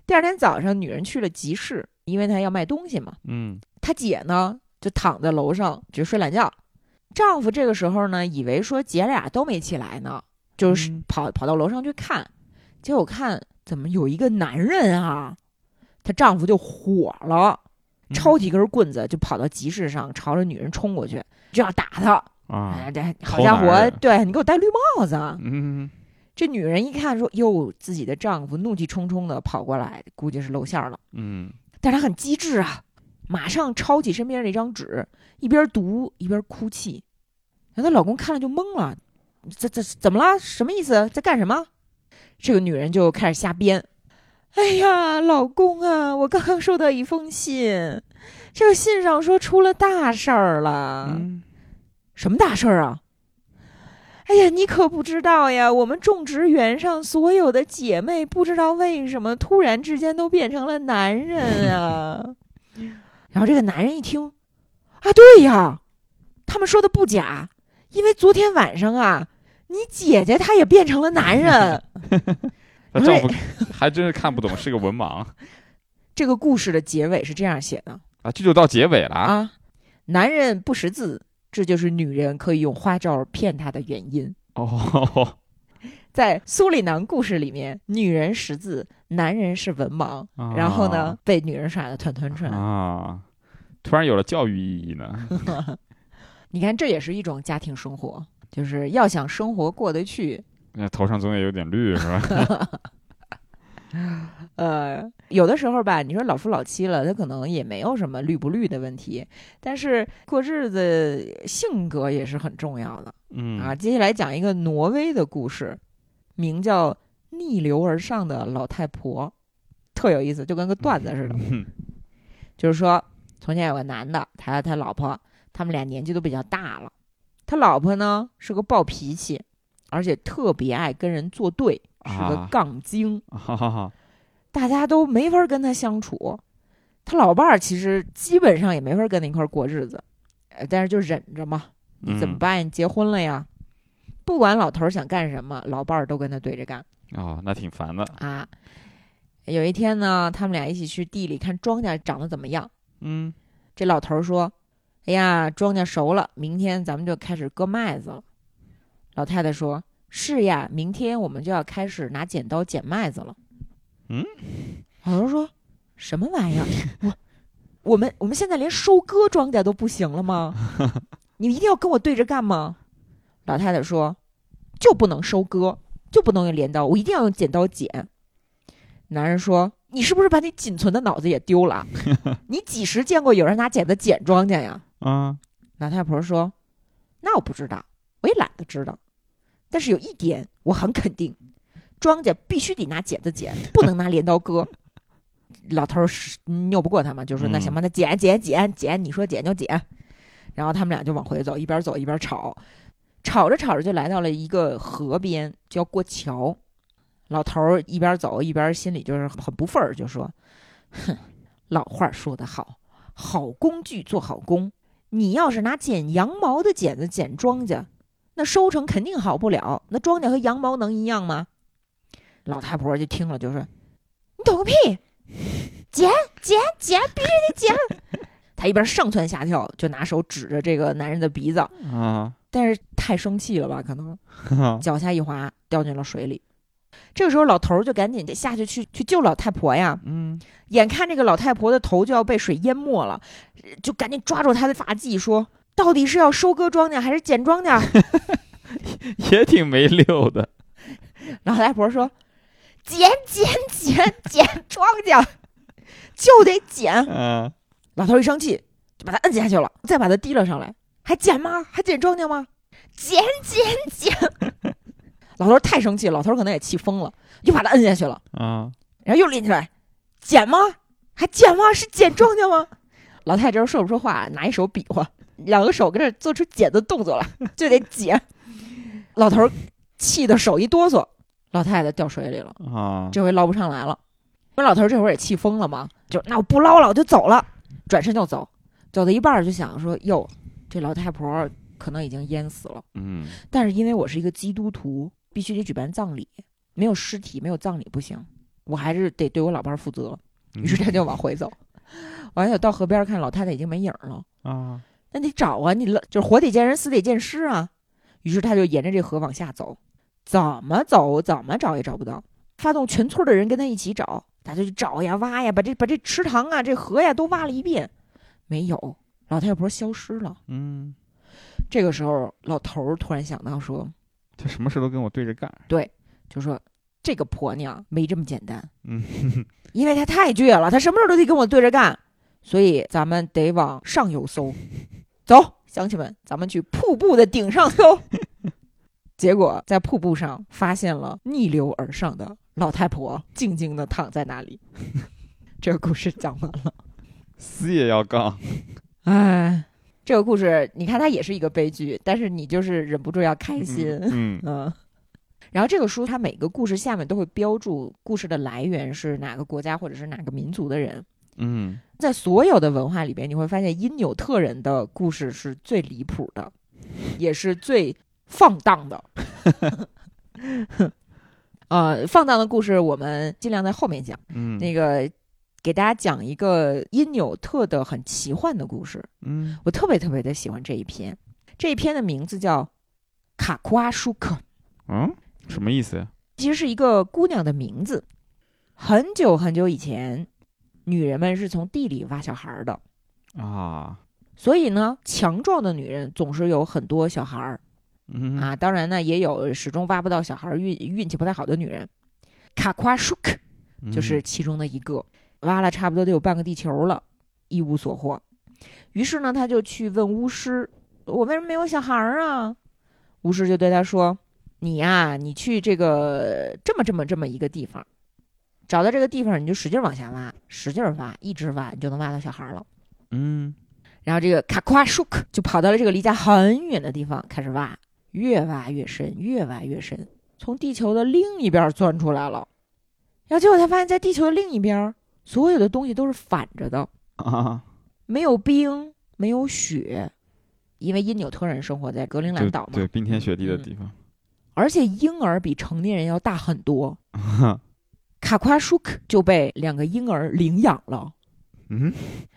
第二天早上，女人去了集市，因为她要卖东西嘛。嗯她姐呢就躺在楼上就睡懒觉，丈夫这个时候呢以为说姐俩都没起来呢，就是嗯跑、跑到楼上去看，结果看怎么有一个男人啊，她丈夫就火了，嗯抄起一根棍子就跑到集市上，朝着女人冲过去就要打她。啊哎，，这好好家男伙人，对你给我戴绿帽子啊！嗯，这女人一看说：“哟，自己的丈夫怒气冲冲的跑过来，估计是露馅儿了。嗯，”但是她很机智啊，马上抄起身边那张纸，一边读一边哭泣。然后她老公看了就懵了：“这这怎么啦？什么意思？在干什么？”这个女人就开始瞎编：“哎呀，老公啊，我刚刚收到一封信，这个信上说出了大事儿了。嗯什么大事儿啊？哎呀，你可不知道呀！我们种植园上所有的姐妹，不知道为什么突然之间都变成了男人啊。然后这个男人一听，啊，对呀，他们说的不假，因为昨天晚上啊，你姐姐她也变成了男人。她不丈是夫还真是看不懂，是个文盲这个故事的结尾是这样写的啊，这就到结尾了啊，啊：男人不识字，这就是女人可以用花招骗他的原因。 (laughs) 哦，在苏里南故事里面，女人识字，男人是文盲，啊然后呢被女人耍得团团 (laughs) 转。啊，突然有了教育意义呢， (laughs) 你看，这也是一种家庭生活，就是要想生活过得去，那头上总得有点绿是 (laughs) 吧？呃，有的时候吧，你说老夫老妻了，他可能也没有什么绿不绿的问题，但是过日子性格也是很重要的嗯啊。接下来讲一个挪威的故事，名叫《逆流而上的老太婆》，特有意思，就跟个段子似的。嗯 (laughs) 就是说，从前有个男的，他和他老婆，他们俩年纪都比较大了。他老婆呢是个暴脾气，而且特别爱跟人作对，是个啊杠精，哈哈哈，大家都没法跟他相处。他老伴儿其实基本上也没法跟他一块儿过日子，呃，但是就忍着嘛，你怎么嗯办呀？你结婚了呀？不管老头儿想干什么，老伴儿都跟他对着干哦，那挺烦的，啊。有一天呢，他们俩一起去地里看庄稼长得怎么样。嗯这老头儿说：“哎呀，庄稼熟了，明天咱们就开始割麦子了。”老太太说：“是呀，明天我们就要开始拿剪刀剪麦子了。”嗯，老头儿说：“什么玩意儿？我我们我们现在连收割庄稼都不行了吗？你一定要跟我对着干吗？”老太太说：“就不能收割，就不能用镰刀，我一定要用剪刀剪。”男人说：“你是不是把你仅存的脑子也丢了啊？”你几时见过有人拿剪子剪庄稼呀？啊，老太婆说：“那我不知道，我也懒得知道。但是有一点我很肯定，庄稼必须得拿剪子剪，不能拿镰刀割。”老头儿是拗不过他嘛，就说：“那嗯行吧，那剪剪剪剪，你说剪就剪。”然后他们俩就往回走，一边走一边吵，吵着吵着就来到了一个河边，就要过桥。老头儿一边走一边心里就是很不忿儿，就说：“哼，老话说得好，好工具做好工。你要是拿剪羊毛的剪子剪庄稼，那收成肯定好不了。那庄稼和羊毛能一样吗？”老太婆就听了，就说：“你懂个屁！剪剪剪，必须得剪。” (laughs) 她一边上蹿下跳，就拿手指着这个男人的鼻子， (laughs) 啊，但是太生气了吧，可能哈哈脚下一滑，掉进了水里。这个时候，老头儿就赶紧得下去去去救老太婆呀。嗯眼看这个老太婆的头就要被水淹没了，呃就赶紧抓住她的发髻说：“到底是要收割庄稼还是剪庄稼 (laughs) (laughs) 也挺没溜的，？”老太婆说：“剪剪剪剪庄稼，就得剪。嗯、啊，”老头一生气，就把她摁下去了，再把她提了上来，还剪吗？还剪庄稼吗？剪剪剪！ (laughs) 老头太生气，老头可能也气疯了，又把她摁下去了。啊，然后又拎起来，捡吗？还捡吗？是捡庄稼吗？老太太这时候说不出话，拿一手比划，两个手跟这做 (laughs) 出捡的动作了，就得捡。老头儿气得手一哆嗦，老太太掉水里了，啊，这回捞不上来了。那老头儿这会儿也气疯了嘛，就那我不捞了，我就走了，转身就走。走到一半儿就想说，哟，这老太婆儿可能已经淹死了。嗯但是因为我是一个基督徒，必须得举办葬礼，没有尸体，没有葬礼不行，我还是得对我老伴儿负责。嗯于是他就往回走，完了到河边儿看老太太已经没影儿了，啊，那得找啊，你了就是活得见人，死得见尸啊。于是他就沿着这河往下走，怎么走怎么找也找不到，发动全村的人跟他一起找，他就去找呀挖呀，把这把这池塘啊这河呀都挖了一遍，没有，老太婆消失了。嗯，这个时候，老头儿突然想到说，他什么事都跟我对着干，就说这个婆娘没这么简单，嗯， (laughs) 因为她太倔了，她什么事儿都得跟我对着干，所以咱们得往上游搜。走，乡亲们，咱们去瀑布的顶上搜。 (laughs) 结果在瀑布上发现了逆流而上的老太婆，静静地躺在那里。 (laughs) 这个故事讲完了。死也 (laughs) 要杠，哎，这个故事你看它也是一个悲剧，但是你就是忍不住要开心。嗯，嗯嗯，然后这个书它每个故事下面都会标注故事的来源是哪个国家或者是哪个民族的人。嗯，在所有的文化里边，你会发现因纽特人的故事是最离谱的，也是最放荡的。 (laughs) 呃，放荡的故事我们尽量在后面讲。嗯， (laughs) 那个给大家讲一个因纽特的很奇幻的故事，嗯我特别特别的喜欢这一篇。这一篇的名字叫《卡库阿舒克》。嗯，什么意思？其实是一个姑娘的名字。很久很久以前，女人们是从地里挖小孩儿的，啊，所以呢，强壮的女人总是有很多小孩儿嗯啊。当然呢，也有始终挖不到小孩儿运运气不太好的女人。卡夸舒克嗯就是其中的一个，挖了差不多得有半个地球了，一无所获。于是呢，他就去问巫师：“我为什么没有小孩儿啊？”巫师就对他说：“你呀、你去这个这么这么这么一个地方，找到这个地方，你就使劲往下挖，使劲挖，一直挖，你就能挖到小孩儿了。嗯”然后这个卡夸舒克就跑到了这个离家很远的地方开始挖，越挖越深，越挖越深，从地球的另一边钻出来了。然后结果他发现，在地球的另一边，所有的东西都是反着的，啊，没有冰，没有雪，因为因纽特人生活在格陵兰就岛嘛，对冰天雪地的嗯地方，而且婴儿比成年人要大很多。嗯卡夸舒克就被两个婴儿领养了， (laughs) 嗯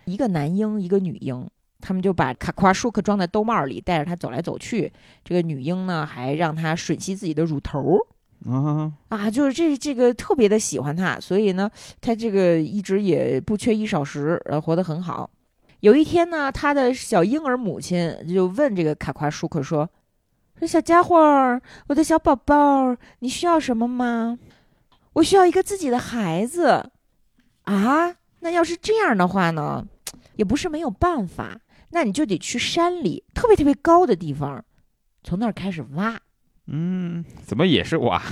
一个男婴，一个女婴。他们就把卡夸舒克装在兜帽里，带着他走来走去。这个女婴呢，还让他吮吸自己的乳头儿啊，啊，就是这这个特别的喜欢他，所以呢，他这个一直也不缺衣少食，呃，活得很好。有一天呢，他的小婴儿母亲就问这个卡夸舒克说：“说小家伙儿，我的小宝宝儿，你需要什么吗？我需要一个自己的孩子。”啊，那要是这样的话呢，也不是没有办法，那你就得去山里特别特别高的地方，从那儿开始挖。嗯，怎么也是我啊？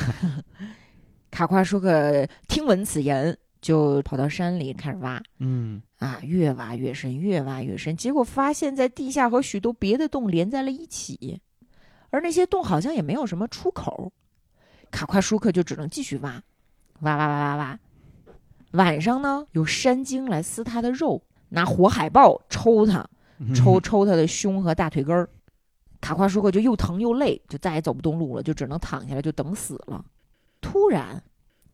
卡夸舒克听闻此言，就跑到山里开始挖嗯啊，越挖越深，越挖越深。结果发现，在地下和许多别的洞连在了一起，而那些洞好像也没有什么出口。卡夸舒克就只能继续挖，挖挖挖挖挖。晚上呢，有山精来撕他的肉，拿火海豹抽他，抽抽他的胸和大腿根儿。卡夸舒克就又疼又累，就再也走不动路了，就只能躺下来就等死了。突然，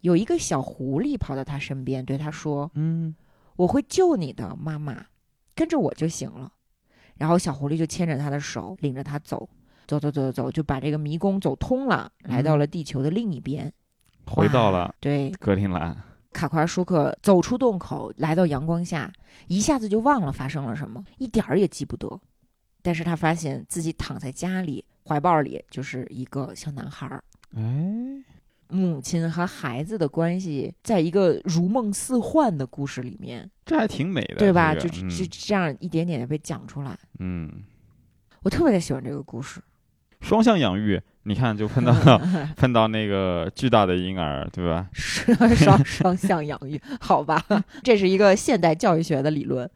有一个小狐狸跑到他身边，对他说嗯，：“我会救你的，妈妈，跟着我就行了。”然后小狐狸就牵着他的手，领着他走，走走走走走，就把这个迷宫走通了，来到了地球的另一边。嗯回哇到了对，格陵兰，卡夸舒克走出洞口，来到阳光下，一下子就忘了发生了什么，一点儿也记不得。但是他发现自己躺在家里怀抱里，就是一个小男孩儿。哎，母亲和孩子的关系，在一个如梦似幻的故事里面，这还挺美的，对吧？这就个就就这样一点点的被讲出来。嗯嗯，我特别的喜欢这个故事。双向养育，你看就碰到 (laughs) 碰到那个巨大的婴儿，对吧？是啊 (laughs) 双双向养育，好吧， (laughs) 这是一个现代教育学的理论。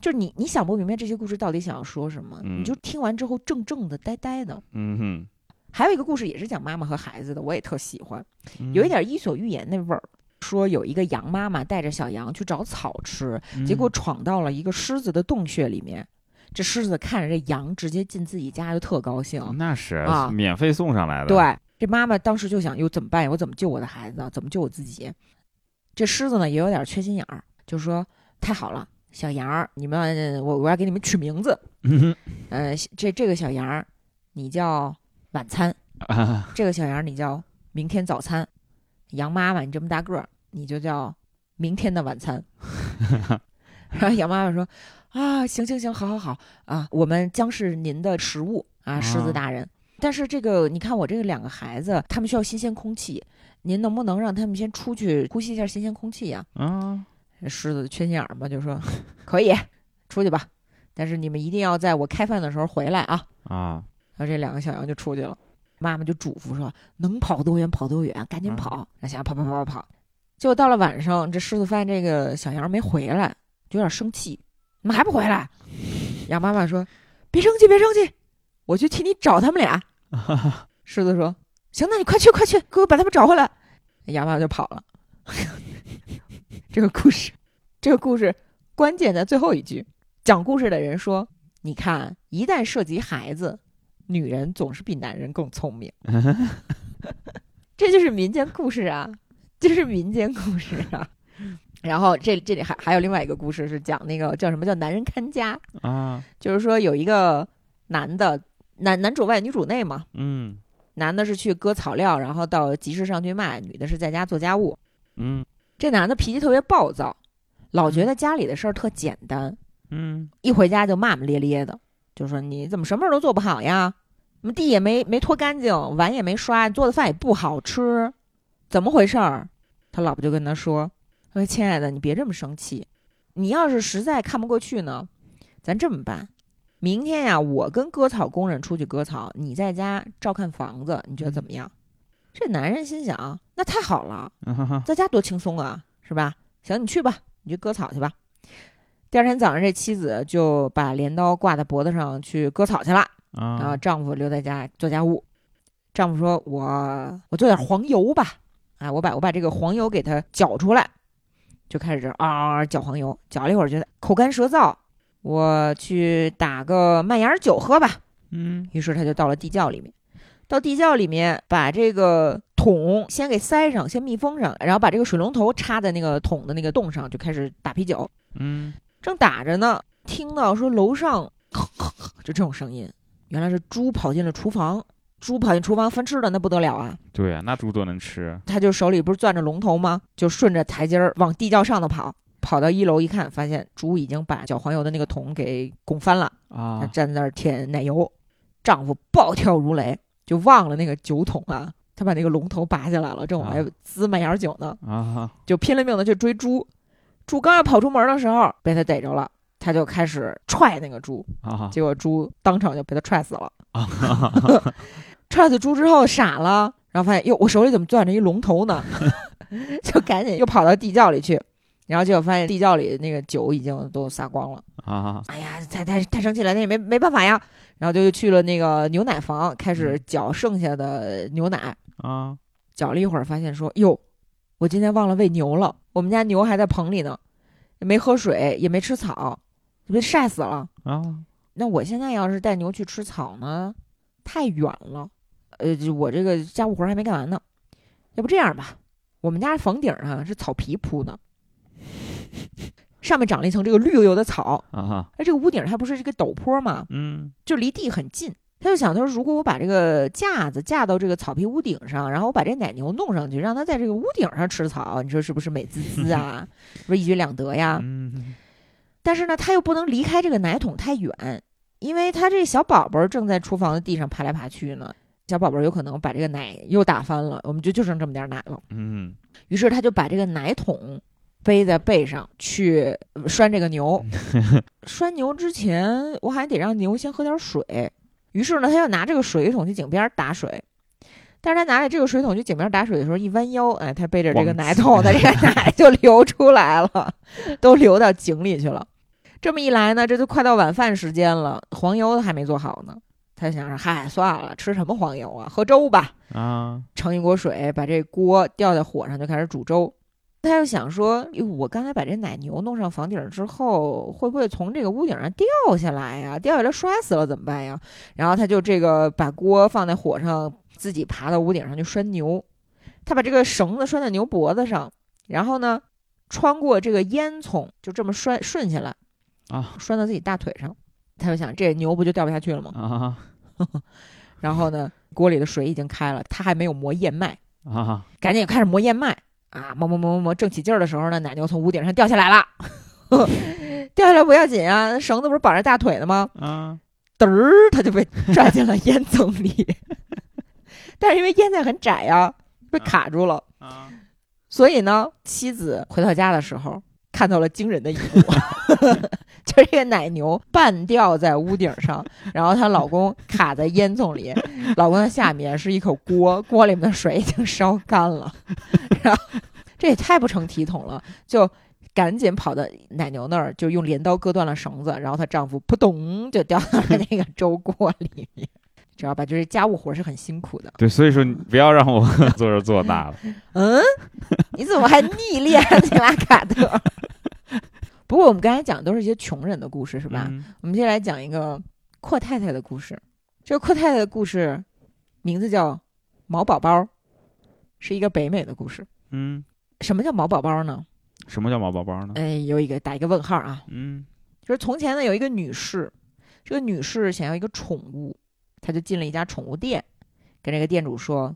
就是你，你想不明白这些故事到底想要说什么，嗯你就听完之后怔怔的、呆呆的。嗯哼，还有一个故事也是讲妈妈和孩子的，我也特喜欢，嗯有一点《伊索寓言》那味儿。说有一个羊妈妈带着小羊去找草吃，结嗯果闯到了一个狮子的洞穴里面。这狮子看着这羊直接进自己家，就特高兴。嗯那是啊免费送上来的，，对，这妈妈当时就想，哟，怎么办呀？我怎么救我的孩子啊？怎么救我自己？这狮子呢，也有点缺心眼儿，就说太好了，小羊儿，你们我我要给你们取名字，嗯呃，这这个小羊儿，你叫晚餐，哼啊，这个小羊儿你叫明天早餐，羊妈妈你这么大个儿，你就叫明天的晚餐。然后羊妈妈说：“啊，行行行，好好好啊，我们将是您的食物啊，狮啊子大人。但是这个，你看我这个两个孩子，他们需要新鲜空气，您能不能让他们先出去呼吸一下新鲜空气呀、啊，狮子缺心眼儿嘛，就说 (laughs) 可以出去吧，但是你们一定要在我开饭的时候回来啊。啊，然后这两个小羊就出去了，妈妈就嘱咐说：“能跑多远跑多远，赶紧嗯跑！”那小羊跑跑跑跑跑，结果到了晚上，这狮子发现这个小羊没回来，就有点生气：“怎么还不回来？”羊妈妈说：“别生气，别生气，我去替你找他们俩。”狮子说：“行，那你快去快去，给我把他们找回来。”羊妈妈就跑了。 (laughs) 这个故事，这个故事关键在最后一句。讲故事的人说：“你看，一旦涉及孩子，女人总是比男人更聪明。” (laughs) 这就是民间故事啊， (laughs) 这是民间故事啊。然后这这里还还有另外一个故事是讲那个叫什么叫男人看家，啊，就是说有一个男的男男主外女主内嘛，嗯男的是去割草料，然后到集市上去卖；女的是在家做家务。嗯这男的脾气特别暴躁，老觉得家里的事儿特简单，嗯一回家就骂骂咧咧的，就说你怎么什么事儿都做不好呀？怎么地也没没拖干净，碗也没刷，做的饭也不好吃，怎么回事儿？他老婆就跟他说：“说亲爱的，你别这么生气，你要是实在看不过去呢，咱这么办，明天呀，我跟割草工人出去割草，你在家照看房子，你觉得怎么样？”这男人心想：“那太好了，啊，在家多轻松啊，是吧？行，你去吧，你去割草去吧。第二天早上，这妻子就把镰刀挂在脖子上去割草去了，然后啊，丈夫留在家做家务。丈夫说：“我我做点黄油吧，啊，我把我把这个黄油给它搅出来，就开始嗷嗷嗷搅黄油，搅了一会儿觉得口干舌燥，我去打个麦芽酒喝吧。”嗯于是他就到了地窖里面，到地窖里面把这个桶先给塞上，先密封上，然后把这个水龙头插在那个桶的那个洞上，就开始打啤酒。嗯正打着呢，听到说楼上就这种声音，原来是猪跑进了厨房。猪跑进厨房翻吃的，那不得了啊！对呀，那猪多能吃，他就手里不是攥着龙头吗？就顺着台阶儿往地窖上头跑，跑到一楼一看，发现猪已经把搅黄油的那个桶给拱翻了。她啊，站在那儿舔奶油，丈夫暴跳如雷，就忘了那个酒桶啊，他把那个龙头拔下来了，正往外啊滋麦芽酒呢，啊，就拼了命的去追猪。猪刚要跑出门的时候，被他逮着了，他就开始踹那个猪，啊，结果猪当场就被他踹死了。啊 (laughs) 踹死猪之后傻了，然后发现哟，我手里怎么攥着一龙头呢？ (laughs) 就赶紧又跑到地窖里去，然后结果发现地窖里那个酒已经都撒光了。啊，哎呀，太太太生气了，那也没没办法呀。然后就又去了那个牛奶房，开嗯始搅剩下的牛奶，啊，搅了一会儿，发现说，哟，我今天忘了喂牛了，我们家牛还在棚里呢，也没喝水，也没吃草，被晒死了。啊，那我现在要是带牛去吃草呢，太远了，呃，就我这个家务活儿还没干完呢。要不这样吧，我们家房顶儿啊是草皮铺的， (laughs) 上面长了一层这个绿油油的草，哎啊，而这个屋顶儿它不是这个陡坡嘛，嗯就离地很近。他就想，他说如果我把这个架子架到这个草皮屋顶上，然后我把这奶牛弄上去，让它在这个屋顶上吃草，你说是不是美滋滋啊？是不是一举两得呀？嗯但是呢，他又不能离开这个奶桶太远，因为他这小宝宝正在厨房的地上爬来爬去呢，小宝宝有可能把这个奶又打翻了，我们就就剩这么点儿奶了。嗯，于是他就把这个奶桶背在背上去呃拴这个牛。 (laughs) 拴牛之前，我还得让牛先喝点水。于是呢，他就拿这个水桶去井边打水。但是他拿着这个水桶去井边打水的时候，一弯腰，哎，他背着这个咣奶桶的这个奶就流出来了，都流到井里去了。这么一来呢，这就快到晚饭时间了，黄油还没做好呢。他就想着，嗨，算了，吃什么黄油啊，喝粥吧。啊，盛一锅水，把这锅吊在火上，就开始煮粥。他就想说，哟我刚才把这奶牛弄上房顶之后，会不会从这个屋顶上掉下来呀？掉下来摔死了怎么办呀？然后他就这个把锅放在火上，自己爬到屋顶上去拴牛。他把这个绳子拴在牛脖子上，然后呢，穿过这个烟囱，就这么拴顺下来，啊拴到自己大腿上。他就想，这牛不就掉不下去了吗？啊然后呢，锅里的水已经开了，他还没有磨燕麦。啊！赶紧开始磨燕麦啊，磨磨磨磨磨，正起劲儿的时候呢，奶牛从屋顶上掉下来了， (laughs) 掉下来不要紧啊，绳子不是绑着大腿的吗？啊，嘚儿，它就被拽进了烟囱里， (laughs) 但是因为烟囱很窄呀、被卡住了，啊，所以呢，妻子回到家的时候看到了惊人的一幕， (laughs) 就是这个奶牛半吊在屋顶上，然后她老公卡在烟囱里，老公的下面是一口锅，锅里面的水已经烧干了， (laughs) 然后这也太不成体统了，就。赶紧跑到奶牛那儿，就用镰刀割断了绳子，然后她丈夫扑咚就掉到了那个粥锅里面，知道吧？就是家务活是很辛苦的。对，所以说你不要让我做着做大了。嗯， (laughs) 你怎么还逆恋尼拉卡特？ (laughs) 不过我们刚才讲的都是一些穷人的故事，是是吧？？我们接下来讲一个阔太太的故事。这个阔太太的故事名字叫《毛宝宝》，是一个北美的故事。嗯，什么叫毛宝宝呢？什么叫毛宝宝呢？哎，有一个打一个问号啊，嗯就是从前呢有一个女士，这个女士想要一个宠物，她就进了一家宠物店，跟这个店主说：“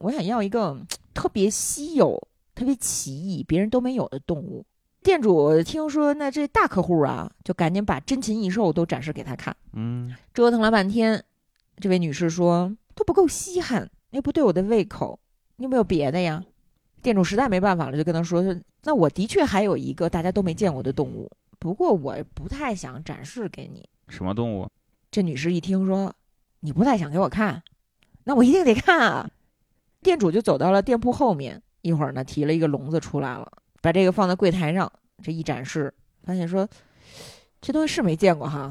我想要一个嗯特别稀有、特别奇异、别人都没有的动物。”店主听说那这大客户啊，就赶紧把珍禽异兽都展示给他看。嗯折腾了半天，这位女士说都不够稀罕，又不对我的胃口，你有没有别的呀？店主实在没办法了，就跟他说：“那我的确还有一个大家都没见过的动物，不过我不太想展示给你。什么动物？”这女士一听说你不太想给我看，那我一定得看啊！店主就走到了店铺后面，一会儿呢提了一个笼子出来了，把这个放在柜台上，这一展示，发现说这东西是没见过哈，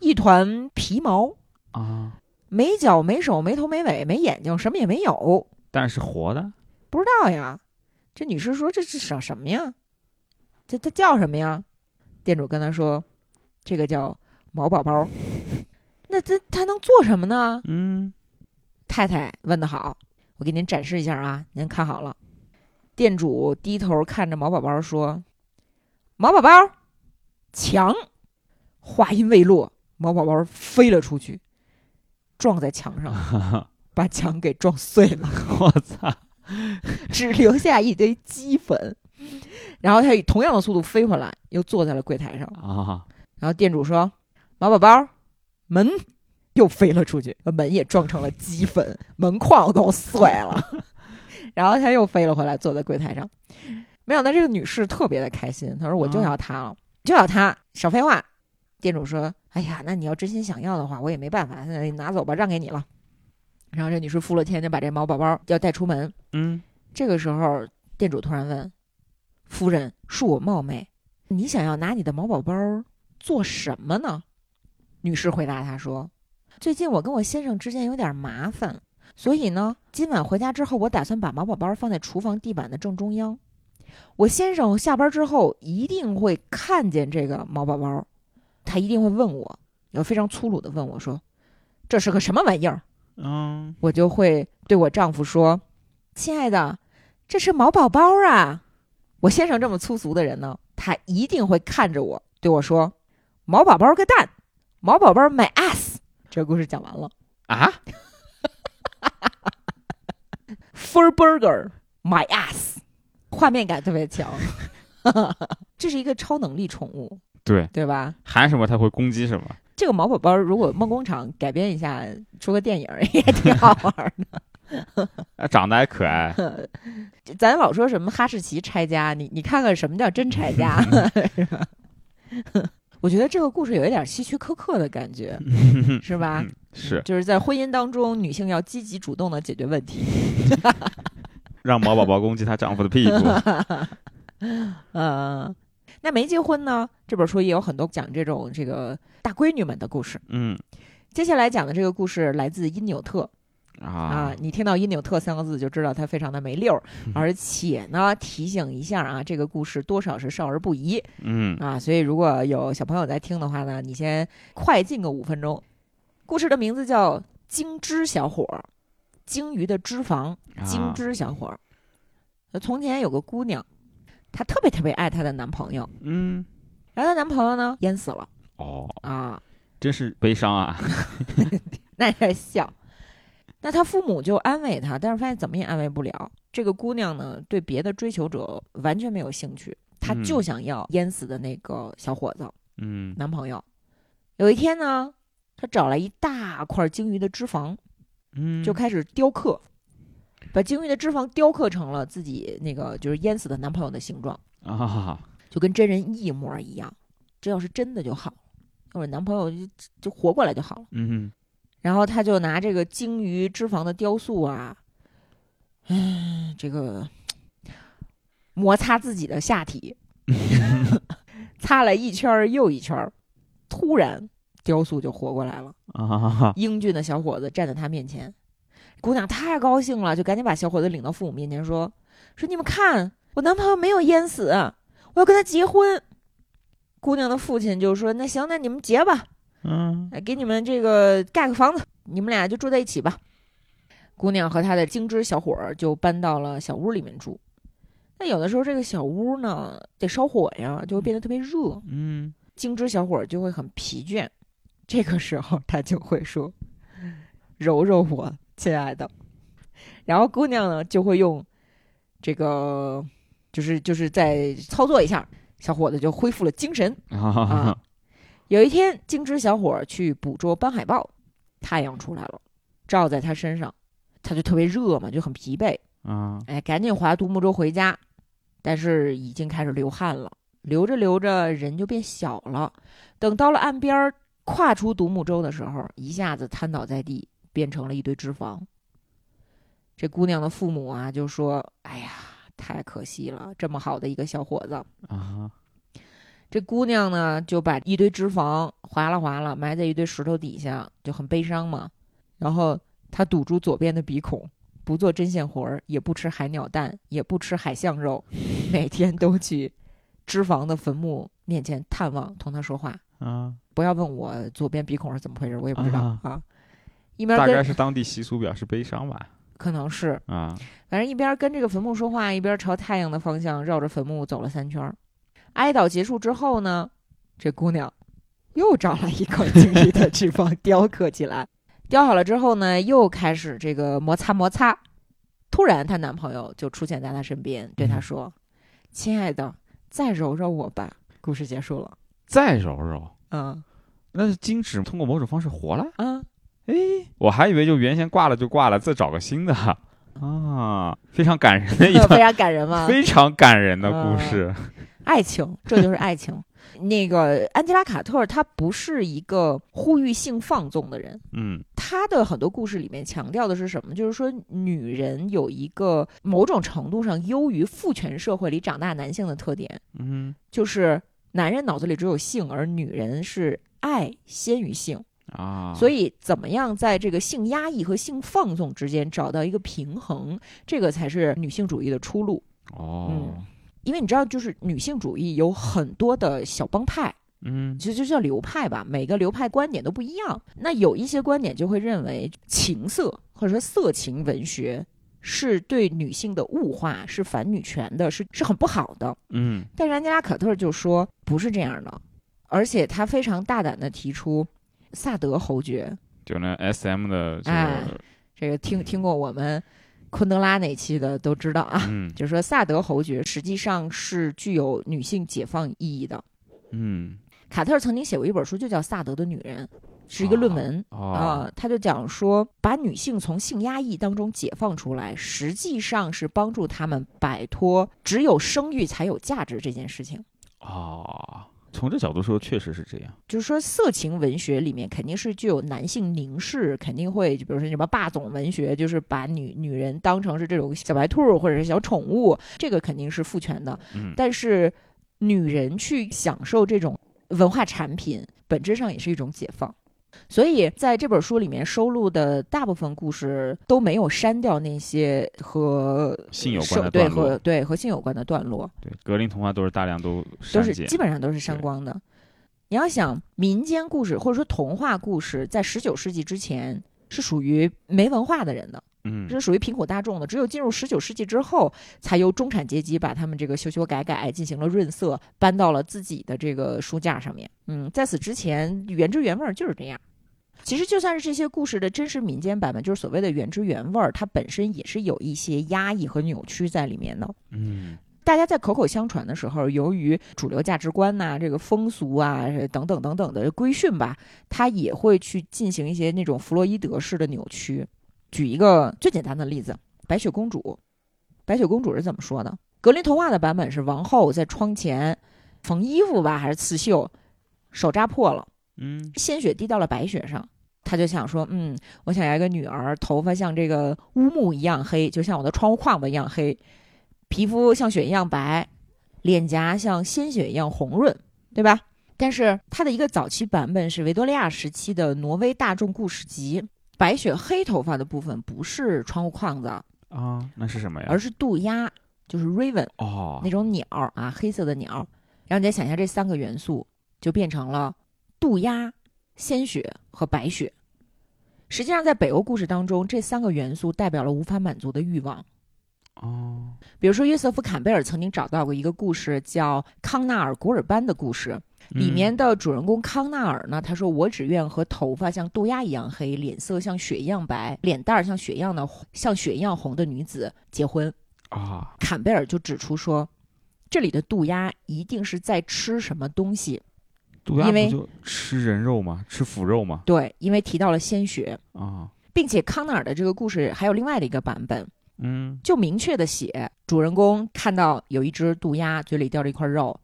一团皮毛，啊，没脚没手没头没尾没眼睛，什么也没有，但是活的不知道呀。这女士说：“这是什什么呀？这它叫什么呀？”店主跟她说：“这个叫毛宝宝。” (laughs) 那这它能做什么呢？嗯太太问得好，我给您展示一下啊，您看好了。店主低头看着毛宝宝说：“毛宝宝，墙！”话音未落，毛宝宝飞了出去，撞在墙上，把墙给撞碎了。我操！只留下一堆鸡粉。然后他以同样的速度飞回来，又坐在了柜台上。啊然后店主说：“毛宝宝，门又飞了出去，把门也撞成了鸡粉，门框都碎了。”然后他又飞了回来，坐在柜台上。没想到这个女士特别的开心，她说：“我就要它了，就要它，少废话。”店主说：“哎呀，那你要真心想要的话，我也没办法，那拿走吧，让给你了。”然后这女士付了钱，就把这毛宝宝要带出门。嗯这个时候，店主突然问：“夫人，恕我冒昧，你想要拿你的毛宝宝做什么呢？”女士回答他说：“最近我跟我先生之间有点麻烦，所以呢，今晚回家之后，我打算把毛宝宝放在厨房地板的正中央。我先生下班之后一定会看见这个毛宝宝，他一定会问我，有非常粗鲁的问我说：‘这是个什么玩意儿？’嗯我就会对我丈夫说：“亲爱的，这是毛宝宝啊！”我先生这么粗俗的人呢，他一定会看着我对我说：“毛宝宝个蛋，毛宝宝 my ass。”这个故事讲完了。啊 For burger my ass，画 (laughs) 面感特别强。 (laughs) 这是一个超能力宠物，对，对吧？喊什么它会攻击什么。这个毛宝宝如果梦工厂改编一下，出个电影儿也挺好玩儿的。啊，长得还可爱， (laughs) 咱老说什么哈士奇拆家，你你看看什么叫真拆家？ (laughs) 是吧 (laughs) 我觉得这个故事有一点希区柯克的感 (laughs) 觉，是吧？嗯是就是在婚姻当中，女性要积极主动的解决问题。让毛宝宝攻击她丈夫的屁股。呃，那没结婚呢，这本书也有很多讲这种这个大闺女们的故事。嗯接下来讲的这个故事来自因纽特啊啊，，你听到因纽特三个字就知道他非常的没溜儿，嗯而且呢提醒一下啊，这个故事多少是少儿不宜，嗯，啊，所以如果有小朋友在听的话呢，你先快进个五分钟。故事的名字叫《鲸脂小伙儿》，鲸鱼的脂肪，啊鲸脂小伙儿。呃从前有个姑娘，她特别特别爱她的男朋友，嗯，然后她男朋友呢淹死了哦，啊，真是悲伤啊，那也在笑。那她父母就安慰她，但是发现怎么也安慰不了。这个姑娘呢，对别的追求者完全没有兴趣，她嗯就想要淹死的那个小伙子。嗯男朋友。有一天呢，她找来一大块鲸鱼的脂肪，嗯，就开始雕刻，把鲸鱼的脂肪雕刻成了自己那个就是淹死的男朋友的形状，啊，就跟真人一模一样。这要是真的就好，要是男朋友就就活过来就好了。嗯然后她就拿这个鲸鱼脂肪的雕塑啊，嗯，这个摩擦自己的下体，擦了一圈儿又一圈儿，突然雕塑就活过来了。啊，英俊的小伙子站在她面前，姑娘太高兴了，就赶紧把小伙子领到父母面前说：“说你们看，我男朋友没有淹死，我要跟他结婚。”姑娘的父亲就说：“那行，那你们结吧。”嗯哎，给你们这个盖个房子，你们俩就住在一起吧。姑娘和她的精致小伙儿就搬到了小屋里面住。那有的时候这个小屋呢得烧火呀，就会变得特别热，嗯，精致小伙儿就会很疲倦。这个时候他就会说：“揉揉我，亲爱的。”然后姑娘呢就会用这个，就是就是再操作一下，小伙子就恢复了精神。啊啊，有一天，精致小伙儿去捕捉斑海豹，太阳出来了，照在他身上，他就特别热嘛，就很疲惫，啊，哎，赶紧划独木舟回家，但是已经开始流汗了，流着流着人就变小了，等到了岸边儿，跨出独木舟的时候，一下子瘫倒在地，变成了一堆脂肪。这姑娘的父母啊就说：“哎呀，太可惜了，这么好的一个小伙子，啊，这姑娘呢，就把一堆脂肪划拉划拉埋在一堆石头底下，就很悲伤嘛。然后她堵住左边的鼻孔，不做针线活儿，也不吃海鸟蛋，也不吃海象肉，每天都去脂肪的坟墓面前探望，同他说话。啊，不要问我左边鼻孔是怎么回事，我也不知道啊啊。一边大概跟是当地习俗表示悲伤吧，可能是啊，反正一边跟这个坟墓说话，一边朝太阳的方向绕着坟墓走了三圈儿。哀悼结束之后呢，这姑娘又找了一块鲸鱼的脂肪雕刻起来。雕好了之后呢，又开始这个摩擦摩擦。突然，她男朋友就出现在她身边，对她说：“亲爱的，再揉揉我吧。”故事结束了。再揉揉，嗯那是精子通过某种方式活了。啊，我还以为就原先挂了就挂了，再找个新的啊，非常感人的一 (laughs) (laughs) 非段，常感人吗？ (laughs) 啊非常感人的故事。爱情，这就是爱情。那个安吉拉·卡特，她不是一个呼吁性放纵的人。嗯她的很多故事里面强调的是什么？就是说，女人有一个某种程度上优于父权社会里长大男性的特点，嗯就是男人脑子里只有性，而女人是爱先于性。啊，所以以，怎么样在这个性压抑和性放纵之间找到一个平衡，这个才是女性主义的出路。哦，因为你知道，就是女性主义有很多的小帮派。嗯就就叫流派吧，每个流派观点都不一样。那有一些观点就会认为情色或者说色情文学是对女性的物化，是反女权的，是是很不好的。嗯但是安吉拉·卡特就说不是这样的，而且他非常大胆地提出萨德侯爵，就那 S M 的这哎个，这个听听过我们昆德拉那期的都知道啊，(laughs) 嗯就是说萨德侯爵实际上是具有女性解放意义的。嗯卡特曾经写过一本书，就叫《萨德的女人》，是一个论文。哦啊，他就讲说，把女性从性压抑当中解放出来，实际上是帮助她们摆脱只有生育才有价值这件事情。哦，从这角度说，确实是这样。就是说，色情文学里面肯定是具有男性凝视，肯定会就比如说什么霸总文学，就是把女女人当成是这种小白兔儿或者是小宠物，这个肯定是父权的。嗯但是，女人去享受这种文化产品，本质上也是一种解放。所以在这本书里面收录的大部分故事都没有删掉那些和性有关的受对段落和，对和性有关的段落，对格林童话都是大量都都删是减，基本上都是删对光的。你要想民间故事或者说童话故事，在十九世纪之前是属于没文化的人的，嗯这是属于贫苦大众的。只有进入十九世纪之后，才由中产阶级把他们这个修修改改进行了润色，搬到了自己的这个书架上面。嗯，在此之前，原汁原味儿就是这样。其实，就算是这些故事的真实民间版本，就是所谓的原汁原味儿，它本身也是有一些压抑和扭曲在里面的。嗯大家在口口相传的时候，由于主流价值观呐、这个风俗啊、这等等等等的规训吧，它也会去进行一些那种弗洛伊德式的扭曲。举一个最简单的例子，白雪公主。白雪公主是怎么说的？格林童话的版本是王后在窗前缝衣服吧，还是刺绣，手扎破了，嗯鲜血滴到了白雪上。她就想说，嗯，我想要一个女儿，头发像这个乌木一样黑，就像我的窗户框子一样黑，皮肤像雪一样白，脸颊像鲜血一样红润，对吧？但是它的一个早期版本是维多利亚时期的挪威大众故事集，白雪黑头发的部分不是窗户框子，啊，那是什么呀？而是渡鸦，就是 raven 哦那，种鸟儿啊，黑色的鸟儿。然后你再想一下这三个元素，就变成了渡鸦、鲜血和白雪。实际上，在北欧故事当中，这三个元素代表了无法满足的欲望。哦，比如说，约瑟夫·坎贝尔曾经找到过一个故事，叫《康纳尔·古尔班》的故事。嗯里面的主人公康纳尔呢，他说：“我只愿和头发像渡鸦一样黑，脸色像雪一样白，脸蛋儿像雪一样的像雪一样红的女子结婚。”嗯啊，坎贝尔就指出说，这里的渡鸦一定是在吃什么东西。杜鸦因为不就吃人肉吗？吃腐肉吗？对，因为提到了鲜血，啊，并且康纳尔的这个故事还有另外的一个版本，嗯就明确的写主人公看到有一只渡鸦嘴里叼着一块肉，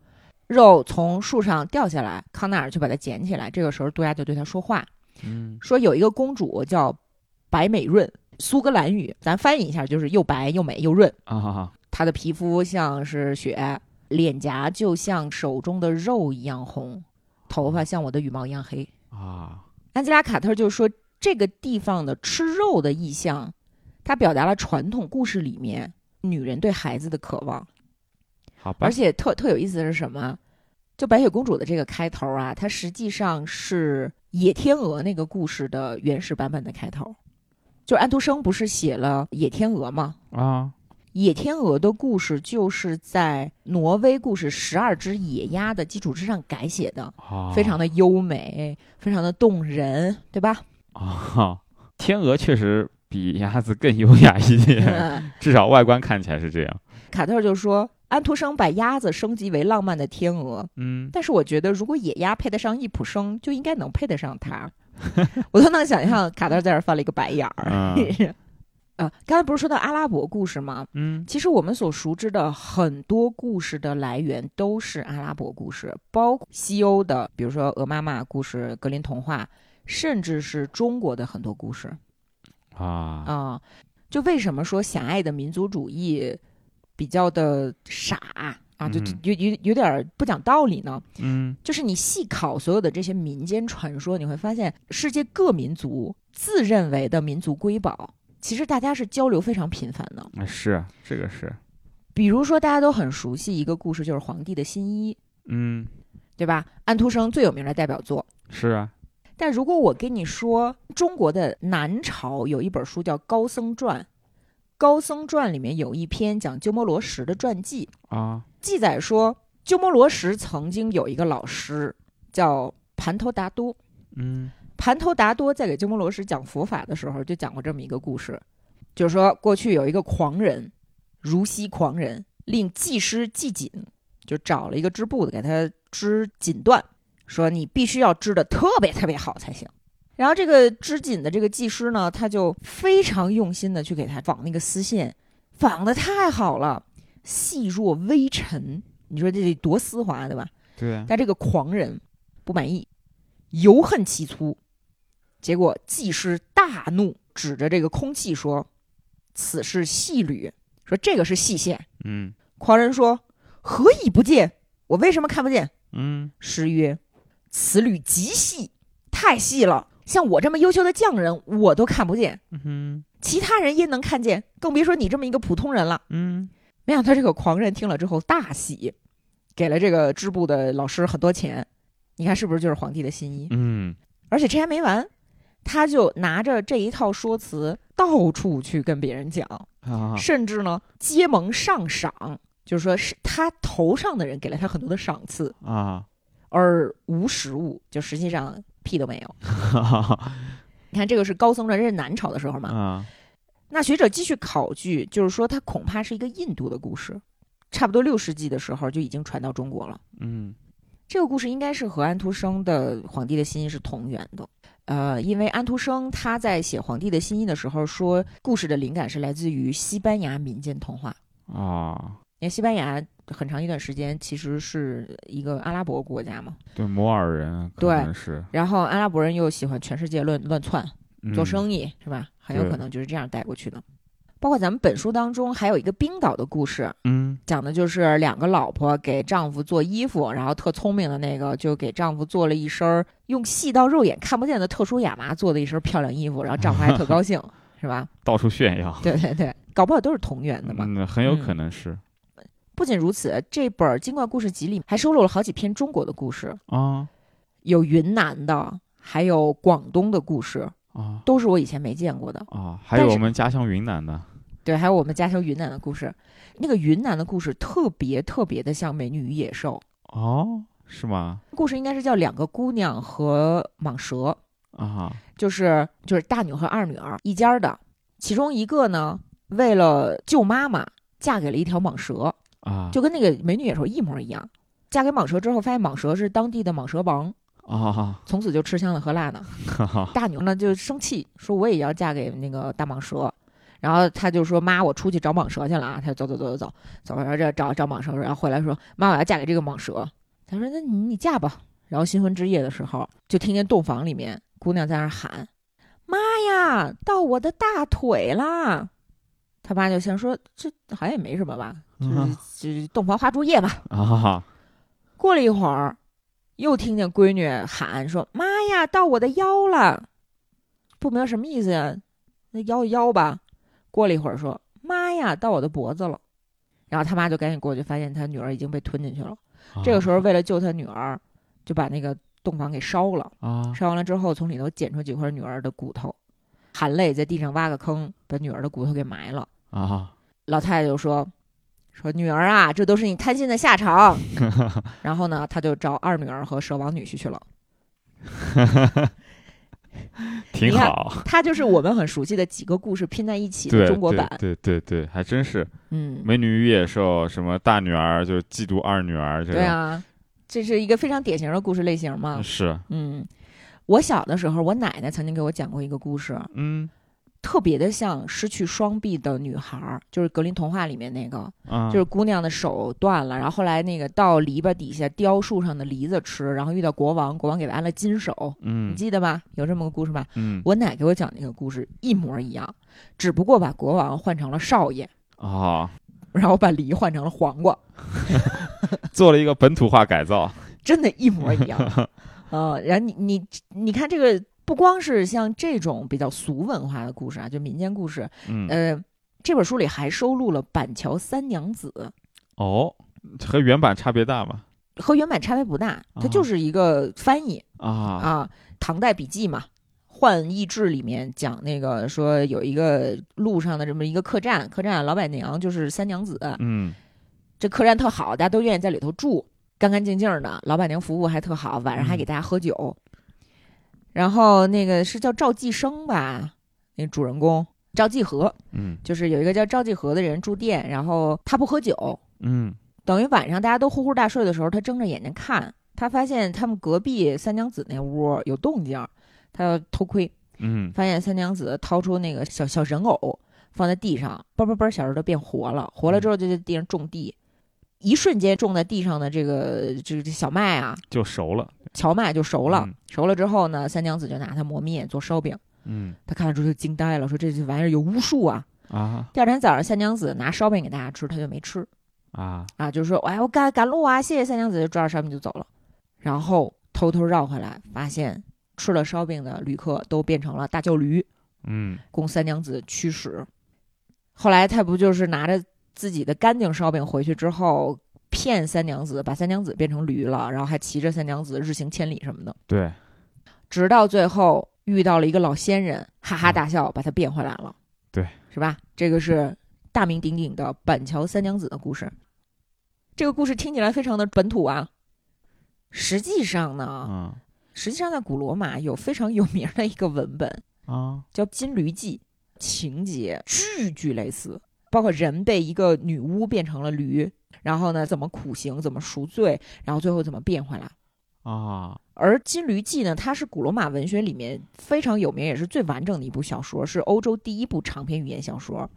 肉从树上掉下来，康纳尔就把它捡起来。这个时候渡鸦就对他说话，嗯说有一个公主叫白美润，苏格兰语，咱翻译一下就是又白又美又润。啊，她的皮肤像是雪，脸颊就像手中的肉一样红，头发像我的羽毛一样黑。啊，安吉拉·卡特就说，这个地方的吃肉的意象，它表达了传统故事里面女人对孩子的渴望。好吧而，且特特有意思的是什么？就白雪公主的这个开头啊，它实际上是野天鹅那个故事的原始版本的开头。就是安徒生不是写了《野天鹅》吗？啊，野天鹅的故事就是在挪威故事《十二只野鸭》的基础之上改写的，啊非常的优美，非常的动人，对吧？啊，天鹅确实比鸭子更优雅一嗯点，至少外观看起来是这样。卡特就说，安徒生把鸭子升级为浪漫的天鹅，嗯，但是我觉得如果野鸭配得上易卜生，就应该能配得上它。我都能想象卡特在这儿翻了一个白眼儿。嗯啊，刚才不是说到阿拉伯故事吗？嗯其实我们所熟知的很多故事的来源都是阿拉伯故事，包括西欧的，比如说《鹅妈妈》故事、格林童话，甚至是中国的很多故事啊、啊，就为什么说狭隘的民族主义比较的傻啊，就嗯有有有点儿不讲道理呢？嗯就是你细考所有的这些民间传说，你会发现世界各民族自认为的民族瑰宝，其实大家是交流非常频繁的。啊是这个是，比如说，大家都很熟悉一个故事，就是《皇帝的新衣》，嗯对吧？安徒生最有名的代表作。是啊，但如果我跟你说，中国的南朝有一本书叫《高僧传》，《高僧传》里面有一篇讲鸠摩罗什的传记，啊记载说鸠摩罗什曾经有一个老师叫盘头达多，嗯盘头达多在给鸠摩罗什讲佛法的时候，就讲过这么一个故事，就是说过去有一个狂人，如溪狂人，令技师系紧，就找了一个织布的给他织锦缎，说你必须要织的特别特别好才行。然后这个织锦的这个技师呢，他就非常用心的去给他纺那个丝线，纺的太好了，细若微尘，你说这得多丝滑对吧？对啊但这个狂人不满意，尤恨其粗。结果技师大怒，指着这个空气说：“此是细缕，说这个是细线。嗯”狂人说：“何以不见？我为什么看不见嗯？”师曰：“此缕极细，太细了，像我这么优秀的匠人，我都看不见，嗯哼，其他人焉能看见？更别说你这么一个普通人了。嗯，没想到这个狂人听了之后大喜，给了这个织布的老师很多钱。你看是不是就是皇帝的心意？嗯，而且这还没完，他就拿着这一套说辞到处去跟别人讲，啊，甚至呢结盟上赏，就是说是他头上的人给了他很多的赏赐，啊，而无实物，就实际上屁都没有。哈哈你看这个是高僧传，这是南朝的时候嘛。啊，那学者继续考据，就是说它恐怕是一个印度的故事，差不多六世纪的时候就已经传到中国了。嗯，这个故事应该是和安徒生的《皇帝的新衣》是同源的。呃，因为安徒生他在写《皇帝的新衣》的时候说，故事的灵感是来自于西班牙民间童话。啊，因为西班牙很长一段时间其实是一个阿拉伯国家嘛，对，摩尔人啊可对能是嗯然后阿拉伯人又喜欢全世界乱乱窜，做意，生意、是吧？很有对可能就是这样带过去的。包括咱们本书当中还有一个冰岛的故事，嗯讲的就是两个老婆给丈夫做衣服，然后特聪明的那个就给丈夫做了一身儿用细到肉眼看不见的特殊亚麻做的一身漂亮衣服，然后丈夫还特高兴，是吧？嗯，到处炫耀，对对对，搞不好都是同源的嘛。嗯，很有嗯可能是不仅如此，这本《精怪故事集》里还收录了好几篇中国的故事，啊有云南的，还有广东的故事，啊都是我以前没见过的。啊，还但有是我们家乡云南的，对，还有我们家乡云南的故事，那个云南的故事特别特别的像《美女与野兽哦，是吗？》，故事应该是叫两个姑娘和蟒蛇，啊，就是就是大女和二女儿一家儿的，其中一个呢为了救妈妈，嫁给了一条蟒蛇，啊，就跟那个《美女与野兽》一模一样。嫁给蟒蛇之后，发现蟒蛇是当地的蟒蛇王，啊，从此就吃香的喝辣的。哈哈，大女呢就生气，说我也要嫁给那个大蟒蛇。然后她就说：“妈，我出去找蟒蛇去了啊！”她就走走走走走，走到这找找蟒蛇，然后回来说：“妈，我要嫁给这个蟒蛇。”她说：“那你你嫁吧。”然后新婚之夜的时候，就听见洞房里面姑娘在那儿喊：“妈呀，到我的大腿啦！”他妈就想说：“这好像也没什么吧，就是嗯就是洞房花烛夜吧。”啊，过了一会儿，又听见闺女喊说：“妈呀，到我的腰了！”不明白什么意思呀？那腰一腰吧。过了一会儿说：“妈呀，到我的脖子了！”然后他妈就赶紧过去，发现他女儿已经被吞进去了。啊这个时候，为了救他女儿，就把那个洞房给烧了。候啊，烧完了之后，从里头捡出几块女儿的骨头，含泪在地上挖个坑，把女儿的骨头给埋了。啊，老太太就说：“说女儿啊，这都是你贪心的下 (laughs) 场。”然后呢，他就找二女儿和蛇王女婿去了。 (laughs) 挺你看好，他就是我们很熟悉的几个故事拼在一起的对，中国对版。对对对，还真是《嗯，美女与野兽》什么大女儿就是嫉妒二女儿这对种，啊，这是一个非常典型的故事类型嘛。是，嗯，我小的时候，我奶奶曾经给我讲过一个故事，嗯特别的像失去双臂的女孩儿，就是格林童话里面那个，啊，就是姑娘的手断了，然后后来那个到篱笆底下叼树上的梨子吃，然后遇到国王，国王给她安了金手。你嗯记得吧？有这么个故事吧？嗯我奶给我讲那个故事一模一样，只不过把国王换成了少爷，啊，然后把梨换成了黄瓜，做了一个本土化改造，真的，一模一样。 (laughs) 呃，然后你你你看这个，不光是像这种比较俗文化的故事啊，就民间故事，嗯呃，这本书里还收录了板桥三娘子，哦，和原版差别大嘛和原版差别不大，它就是一个翻译啊啊，唐代笔记嘛，《幻异志》里面讲那个说有一个路上的这么一个客栈，客栈老板娘就是三娘子，嗯这客栈特好，大家都愿意在里头住，干干净净的，老板娘服务还特好，晚上还给大家喝酒。然后那个是叫赵继生吧，那主人公赵继和，嗯就是有一个叫赵继和的人住店，然后他不喝酒，嗯等于晚上大家都呼呼大睡的时候，他睁着眼睛看，他发现他们隔壁三娘子那屋有动静儿，他要偷窥，嗯发现三娘子掏出那个小小人偶放在地上，嘣嘣嘣，小人都变活了，活了之后就在地上种地，一瞬间种在地上的这个这这小麦啊，就熟了，荞麦就熟了嗯，熟了之后呢，三娘子就拿它磨面做烧饼，嗯他看了之后就惊呆了，说这玩意儿有巫术啊。啊第二天早上，三娘子拿烧饼给大家吃，他就没吃。啊啊，就是说，哎，我赶赶路啊，谢谢三娘子，就抓着烧饼就走了，然后偷偷绕回来，发现吃了烧饼的旅客都变成了大叫驴，嗯供三娘子驱使。后来他不就是拿着自己的干净烧饼回去之后，骗三娘子，把三娘子变成驴了，然后还骑着三娘子日行千里什么的，对，直到最后遇到了一个老仙人，哈哈大笑，把他变回来了。嗯对，是吧？这个是大名鼎鼎的板桥三娘子的故事。这个故事听起来非常的本土啊，实际上呢，嗯实际上在古罗马有非常有名的一个文本，啊叫《金驴记》，情节句句类似，包括人被一个女巫变成了驴，然后呢怎么苦行，怎么赎罪，然后最后怎么变回来。啊，而《金驴记》呢，它是古罗马文学里面非常有名，也是最完整的一部小说，是欧洲第一部长篇语言小说，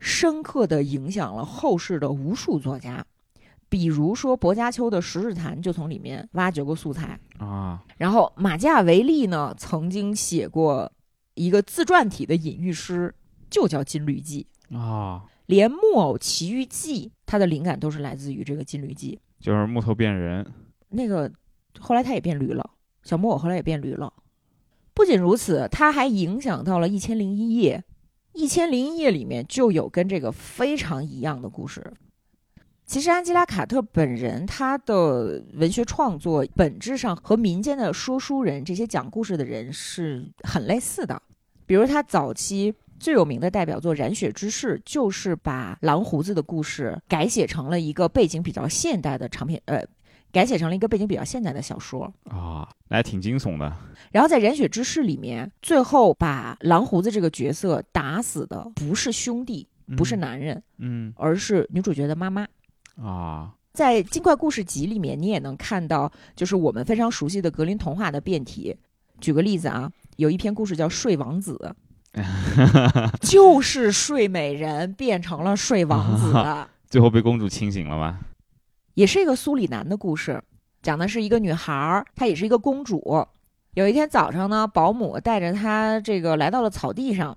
深刻的影响了后世的无数作家。比如说，薄伽丘的《十日谈》就从里面挖掘过素材。啊，然后，马基雅维利呢，曾经写过一个自传体的隐喻诗，就叫《金驴记》，啊，连《木偶奇遇记》，它的灵感都是来自于这个《金驴记就是木头变人，》。那个后来他也变驴了，小木偶后来也变驴了。不仅如此，它还影响到了《一千零一夜》，《一千零一夜》里面就有跟这个非常一样的故事。其实，安吉拉·卡特本人她的文学创作本质上和民间的说书人这些讲故事的人是很类似的。比如，她早期最有名的代表作《染血之誓》，就是把狼胡子的故事改写成了一个背景比较现代的长篇，呃，改写成了一个背景比较现代的小说。啊，那还挺惊悚的然后在《染血之誓》里面，最后把狼胡子这个角色打死的不是兄弟，不是，男人，嗯而是女主角的妈妈。嗯啊，在《精怪故事集》里面，你也能看到，就是我们非常熟悉的格林童话的变体。举个例子啊，有一篇故事叫《睡王子》，就是睡美人变成了睡王子的，最后被公主清醒了吧？也是一个苏里南的故事，讲的是一个女孩儿，她也是一个公主。有一天早上呢，保姆带着她这个来到了草地上，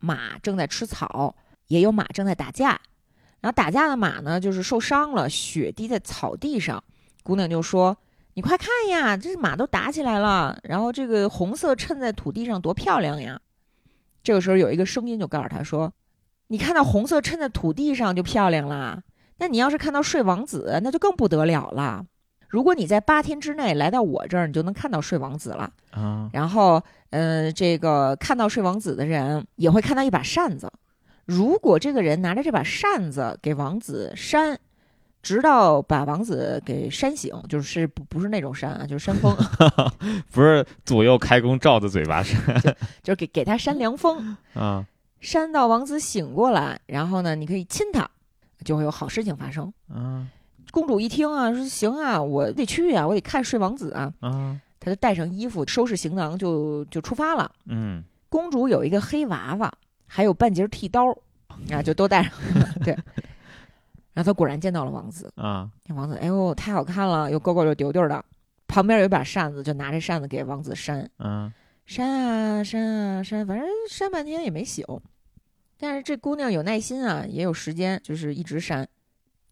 马正在吃草，也有马正在打架。然后打架的马呢，就是受伤了，血滴在草地上。姑娘就说：“你快看呀，这马都打起来了，然后这个红色衬在土地上多漂亮呀！”这个时候有一个声音就告诉她说：“你看到红色衬在土地上就漂亮啦。”那你要是看到睡王子，那就更不得了了。如果你在八天之内来到我这儿，你就能看到睡王子了。啊然后，嗯、这个看到睡王子的人也会看到一把扇子。如果这个人拿着这把扇子给王子扇，直到把王子给扇醒，就是不不是那种扇啊，就是扇风，不是左右开弓照着嘴巴是就是给给他扇凉风，啊扇到王子醒过来，然后呢，你可以亲他，就会有好事情发生。啊公主一听啊，说行啊，我得去啊，我得看睡王子啊，啊，她就带上衣服，收拾行囊就就出发了。嗯公主有一个黑娃娃，还有半截剃刀，啊，就都带上了。 (laughs) 对，然后她果然见到了王子，啊那王子哎呦太好看了，又勾勾又丢丢的。旁边有一把扇子，就拿着扇子给王子扇，啊扇啊扇啊扇，反正扇半天也没醒。但是这姑娘有耐心啊，也有时间，就是一直扇。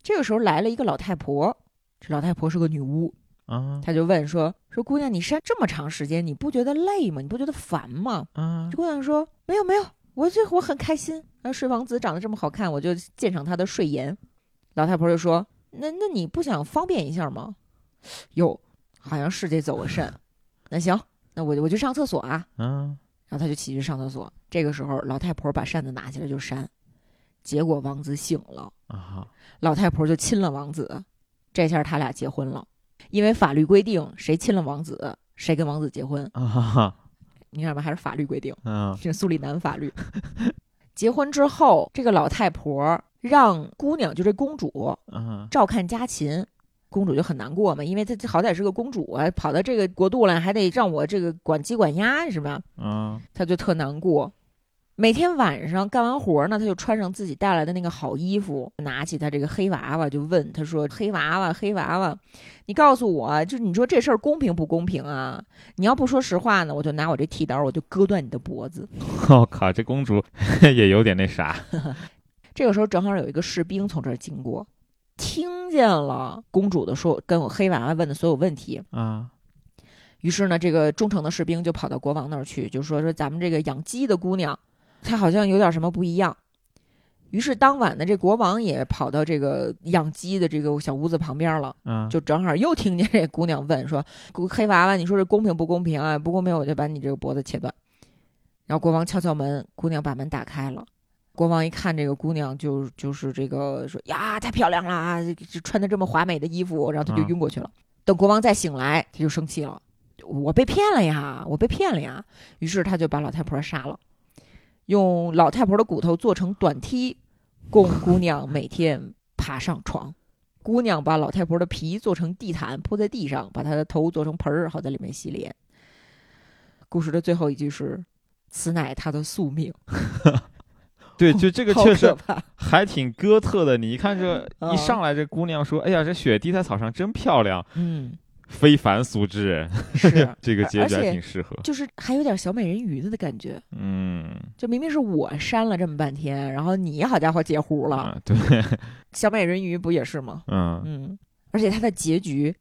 这个时候来了一个老太婆，这老太婆是个女巫，啊他就问说：“说姑娘，你扇这么长时间，你不觉得累吗？你不觉得烦吗啊？”这姑娘说：“没有没有，我这我很开心。那睡王子长得这么好看，我就鉴赏他的睡颜。”老太婆就说：“那那你不想方便一下吗？”哟，好像是得走个肾。那行，那我就我就上厕所啊。啊然后他就起去上厕所。这个时候，老太婆把扇子拿起来就扇，结果王子醒了。啊老太婆就亲了王子，这下他俩结婚了，因为法律规定谁亲了王子，谁跟王子结婚。啊你看吧，还是法律规定，啊这苏里南法律。 (laughs) 结婚之后，这个老太婆让姑娘，就这公主啊照看家禽，公主就很难过嘛，因为她好歹是个公主啊，跑到这个国度来，还得让我这个管鸡管鸭是吧？啊她就特难过。每天晚上干完活呢，她就穿上自己带来的那个好衣服，拿起她这个黑娃娃就问她说：“黑娃娃，黑娃娃，你告诉我，就是你说这事儿公平不公平啊？你要不说实话呢，我就拿我这剃刀，我就割断你的脖子。 (laughs) 我靠，这公主 (laughs) 也有点那啥。”这个时候正好有一个士兵从这儿经过，听见了公主的说跟我黑娃娃问的所有问题，啊于是呢，这个忠诚的士兵就跑到国王那儿去，就说说咱们这个养鸡的姑娘，她好像有点什么不一样。于是当晚呢，这国王也跑到这个养鸡的这个小屋子旁边了，嗯，就正好又听见这姑娘问说：“黑娃娃，你说这公平不公平啊？不公平，我就把你这个脖子切断。”然后国王敲敲门，姑娘把门打开了。国王一看这个姑娘就，就是这个说呀，太漂亮了啊，这这穿的这么华美的衣服，然后他就嗯晕过去了。等国王再醒来，他就生气了，我被骗了呀，我被骗了呀。于是他就把老太婆杀了，用老太婆的骨头做成短梯，供姑娘每天爬上床。姑娘把老太婆的皮做成地毯铺在地上，把她的头做成盆儿，好在里面洗脸。故事的最后一句是：“此乃她的宿命。对，就这”个好确可实怕。还挺哥特的。你一看这嗯一上来，这姑娘说：“哎呀，这雪地在草上真漂亮， (laughs) (laughs) 嗯，非凡俗之人。，”是这个结而局还且挺适合。就是还有点小美人鱼的感觉。嗯，就明明是我删了这么半天，然后你好家伙截胡了。啊，对， (laughs) 小美人鱼不也是吗？嗯嗯，而且它的结局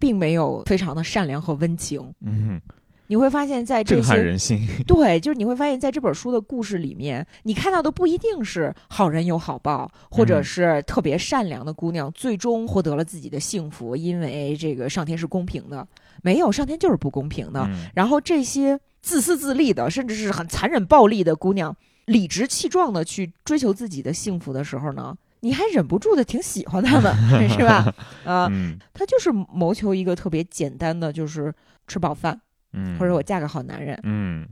并没有非常的善良和温情。嗯，你会发现在这震撼些人心。对，就是你会发现在这本书的故事里面，你看到的不一定是好人有好报，或者嗯是特别善良的姑娘最终获得了自己的幸福，因为这个上天是公平的。没有，上天就是不公平的。嗯然后这些自私自利的，甚至是很残忍暴力的姑娘，理直气壮的去追求自己的幸福的时候呢，你还忍不住的挺喜欢她们，是 (laughs) 吧？啊、嗯她就是谋求一个特别简单的，就是吃饱饭，嗯，或者我嫁个好男人。嗯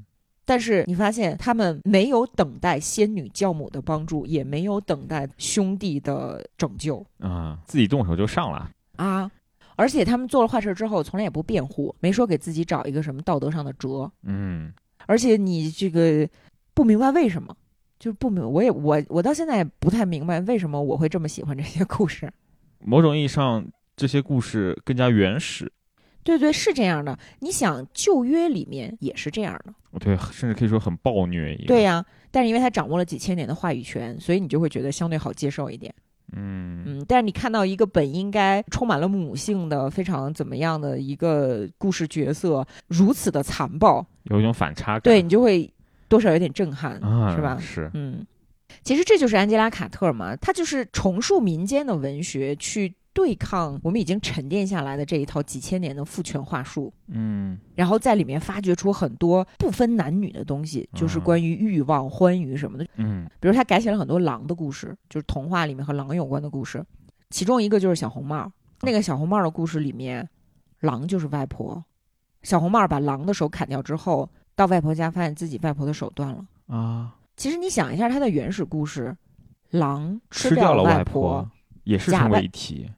但是你发现他们没有等待仙女教母的帮助，也没有等待兄弟的拯救啊，自己动手就上了。啊！而且他们做了坏事之后，从来也不辩护，没说给自己找一个什么道德上的辙。嗯而且你这个不明白为什么，就不明我也我我到现在也不太明白为什么我会这么喜欢这些故事。某种意义上，这些故事更加原始，对对，是这样的。你想，旧约里面也是这样的，对，甚至可以说很暴虐一样。对呀、但是因为他掌握了几千年的话语权，所以你就会觉得相对好接受一点。嗯嗯，但是你看到一个本应该充满了母性的、非常怎么样的一个故事角色如此的残暴，有一种反差感。对你就会多少有点震撼，啊，是吧？是，嗯，其实这就是安吉拉·卡特嘛，她就是重塑民间的文学，去对抗我们已经沉淀下来的这一套几千年的父权话术。嗯然后在里面发掘出很多不分男女的东西，就是嗯关于欲望、欢愉什么的。嗯比如他改写了很多狼的故事，就是童话里面和狼有关的故事，其中一个就是小红帽。那个小红帽的故事里面，狼就是外婆，小红帽把狼的手砍掉之后，到外婆家发现自己外婆的手断了。啊，其实你想一下，它的原始故事，狼吃掉了外婆，也是假成为外一体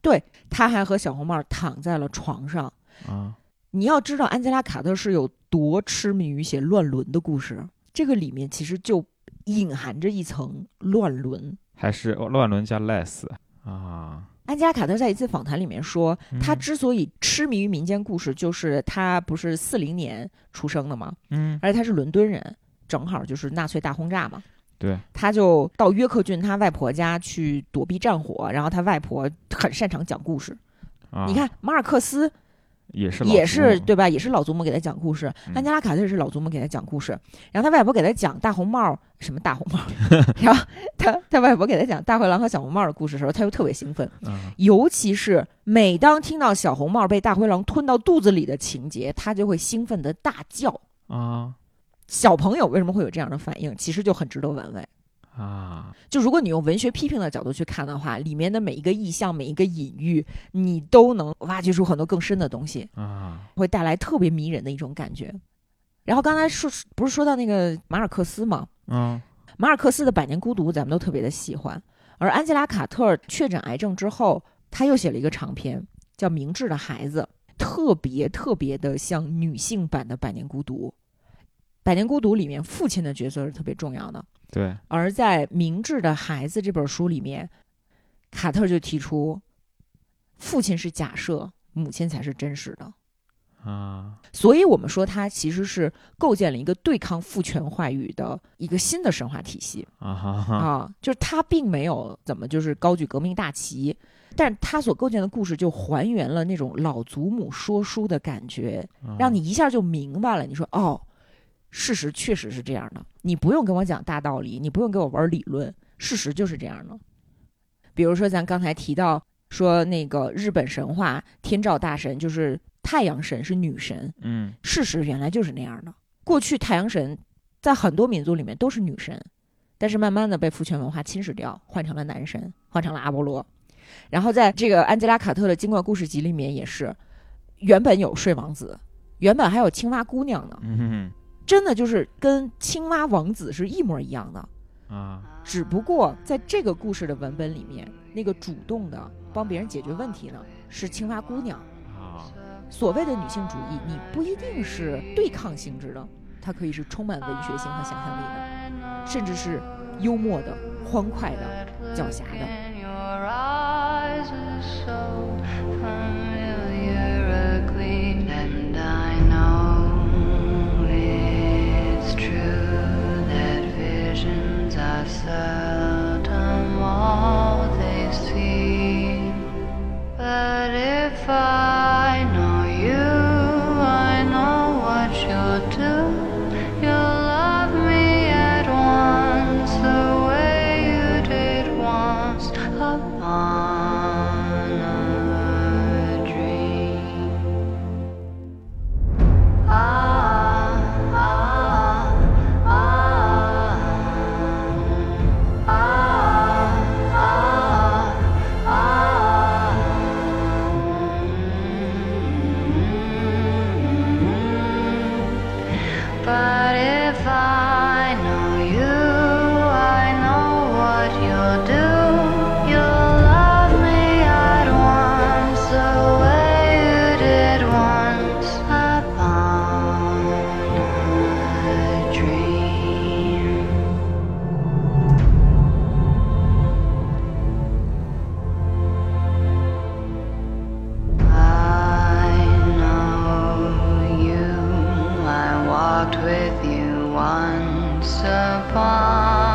他还和小红帽躺在了床上。啊。你要知道，安吉拉·卡特是有多痴迷于写乱伦的故事，这个里面其实就隐含着一层乱伦。还是哦乱伦加 less 啊？安吉拉·卡特在一次访谈里面说，他嗯之所以痴迷于民间故事，就是他不是四零年出生的嘛，嗯，而且他是伦敦人，正好就是纳粹大轰炸嘛。对，他就到约克郡他外婆家去躲避战火，然后他外婆很擅长讲故事。啊、你看马尔克斯也是也老是祖母对吧？也是老祖母给他讲故事，嗯安吉拉·卡特也是老祖母给他讲故事，然后他外婆给他讲大红帽什么大红帽， (laughs) 然后他他外婆给他讲大灰狼和小红帽的故事的时候，他就特别兴奋，啊尤其是每当听到小红帽被大灰狼吞到肚子里的情节，他就会兴奋的大叫。啊小朋友为什么会有这样的反应？其实就很值得玩味。啊，就如果你用文学批评的角度去看的话，里面的每一个意象、每一个隐喻，你都能挖掘出很多更深的东西，啊会带来特别迷人的一种感觉。然后刚才说不是说到那个马尔克斯吗？嗯马尔克斯的《百年孤独》咱们都特别的喜欢，而安吉拉·卡特确诊癌症之后，她又写了一个长篇叫《明智的孩子》，特别特别的像女性版的《百年孤独》。《百年孤独》里面父亲的角色是特别重要的，对， (laughs) 而在《明智的孩子》这本书里面，卡特就提出，父亲是假设，母亲才是真实的。啊所以我们说它其实是构建了一个对抗父权话语的一个新的神话体系啊哈啊哈，就是它并没有怎么就是高举革命大旗，但它所构建的故事就还原了那种老祖母说书的感觉，嗯哦让你一下就明白了。你说哦，事实确实是这样的，你不用跟我讲大道理，你不用跟我玩理论，事实就是这样的。比如说咱刚才提到说那个日本神话天照大神就是太阳神是女神，嗯事实原来就是那样的。过去太阳神在很多民族里面都是女神，但是慢慢的被父权文化侵蚀掉，换成了男神，换成了阿波罗。然后在这个安吉拉·卡特的《精怪故事集》里面也是，原本有睡王子，原本还有青蛙姑娘呢，嗯真的就是跟青蛙王子是一模一样的。啊，只不过在这个故事的文本里面，那个主动的帮别人解决问题呢，是青蛙姑娘。啊，所谓的女性主义，你不一定是对抗性质的，它可以是充满文学性和想象力的，甚至是幽默的、欢快的、狡黠的。 In your eyes is so familiar a gleam, and I know it's true that visions are seldom all they see. But if I know you, I know what you'll do. You'll love me at once the way you did once upon a dream. Ah, ah, ah, ah, ah, ah. But if I know you, I know what you'll do. You'll love me at once the way you did once upon a dream. I know you. I walked with you once upon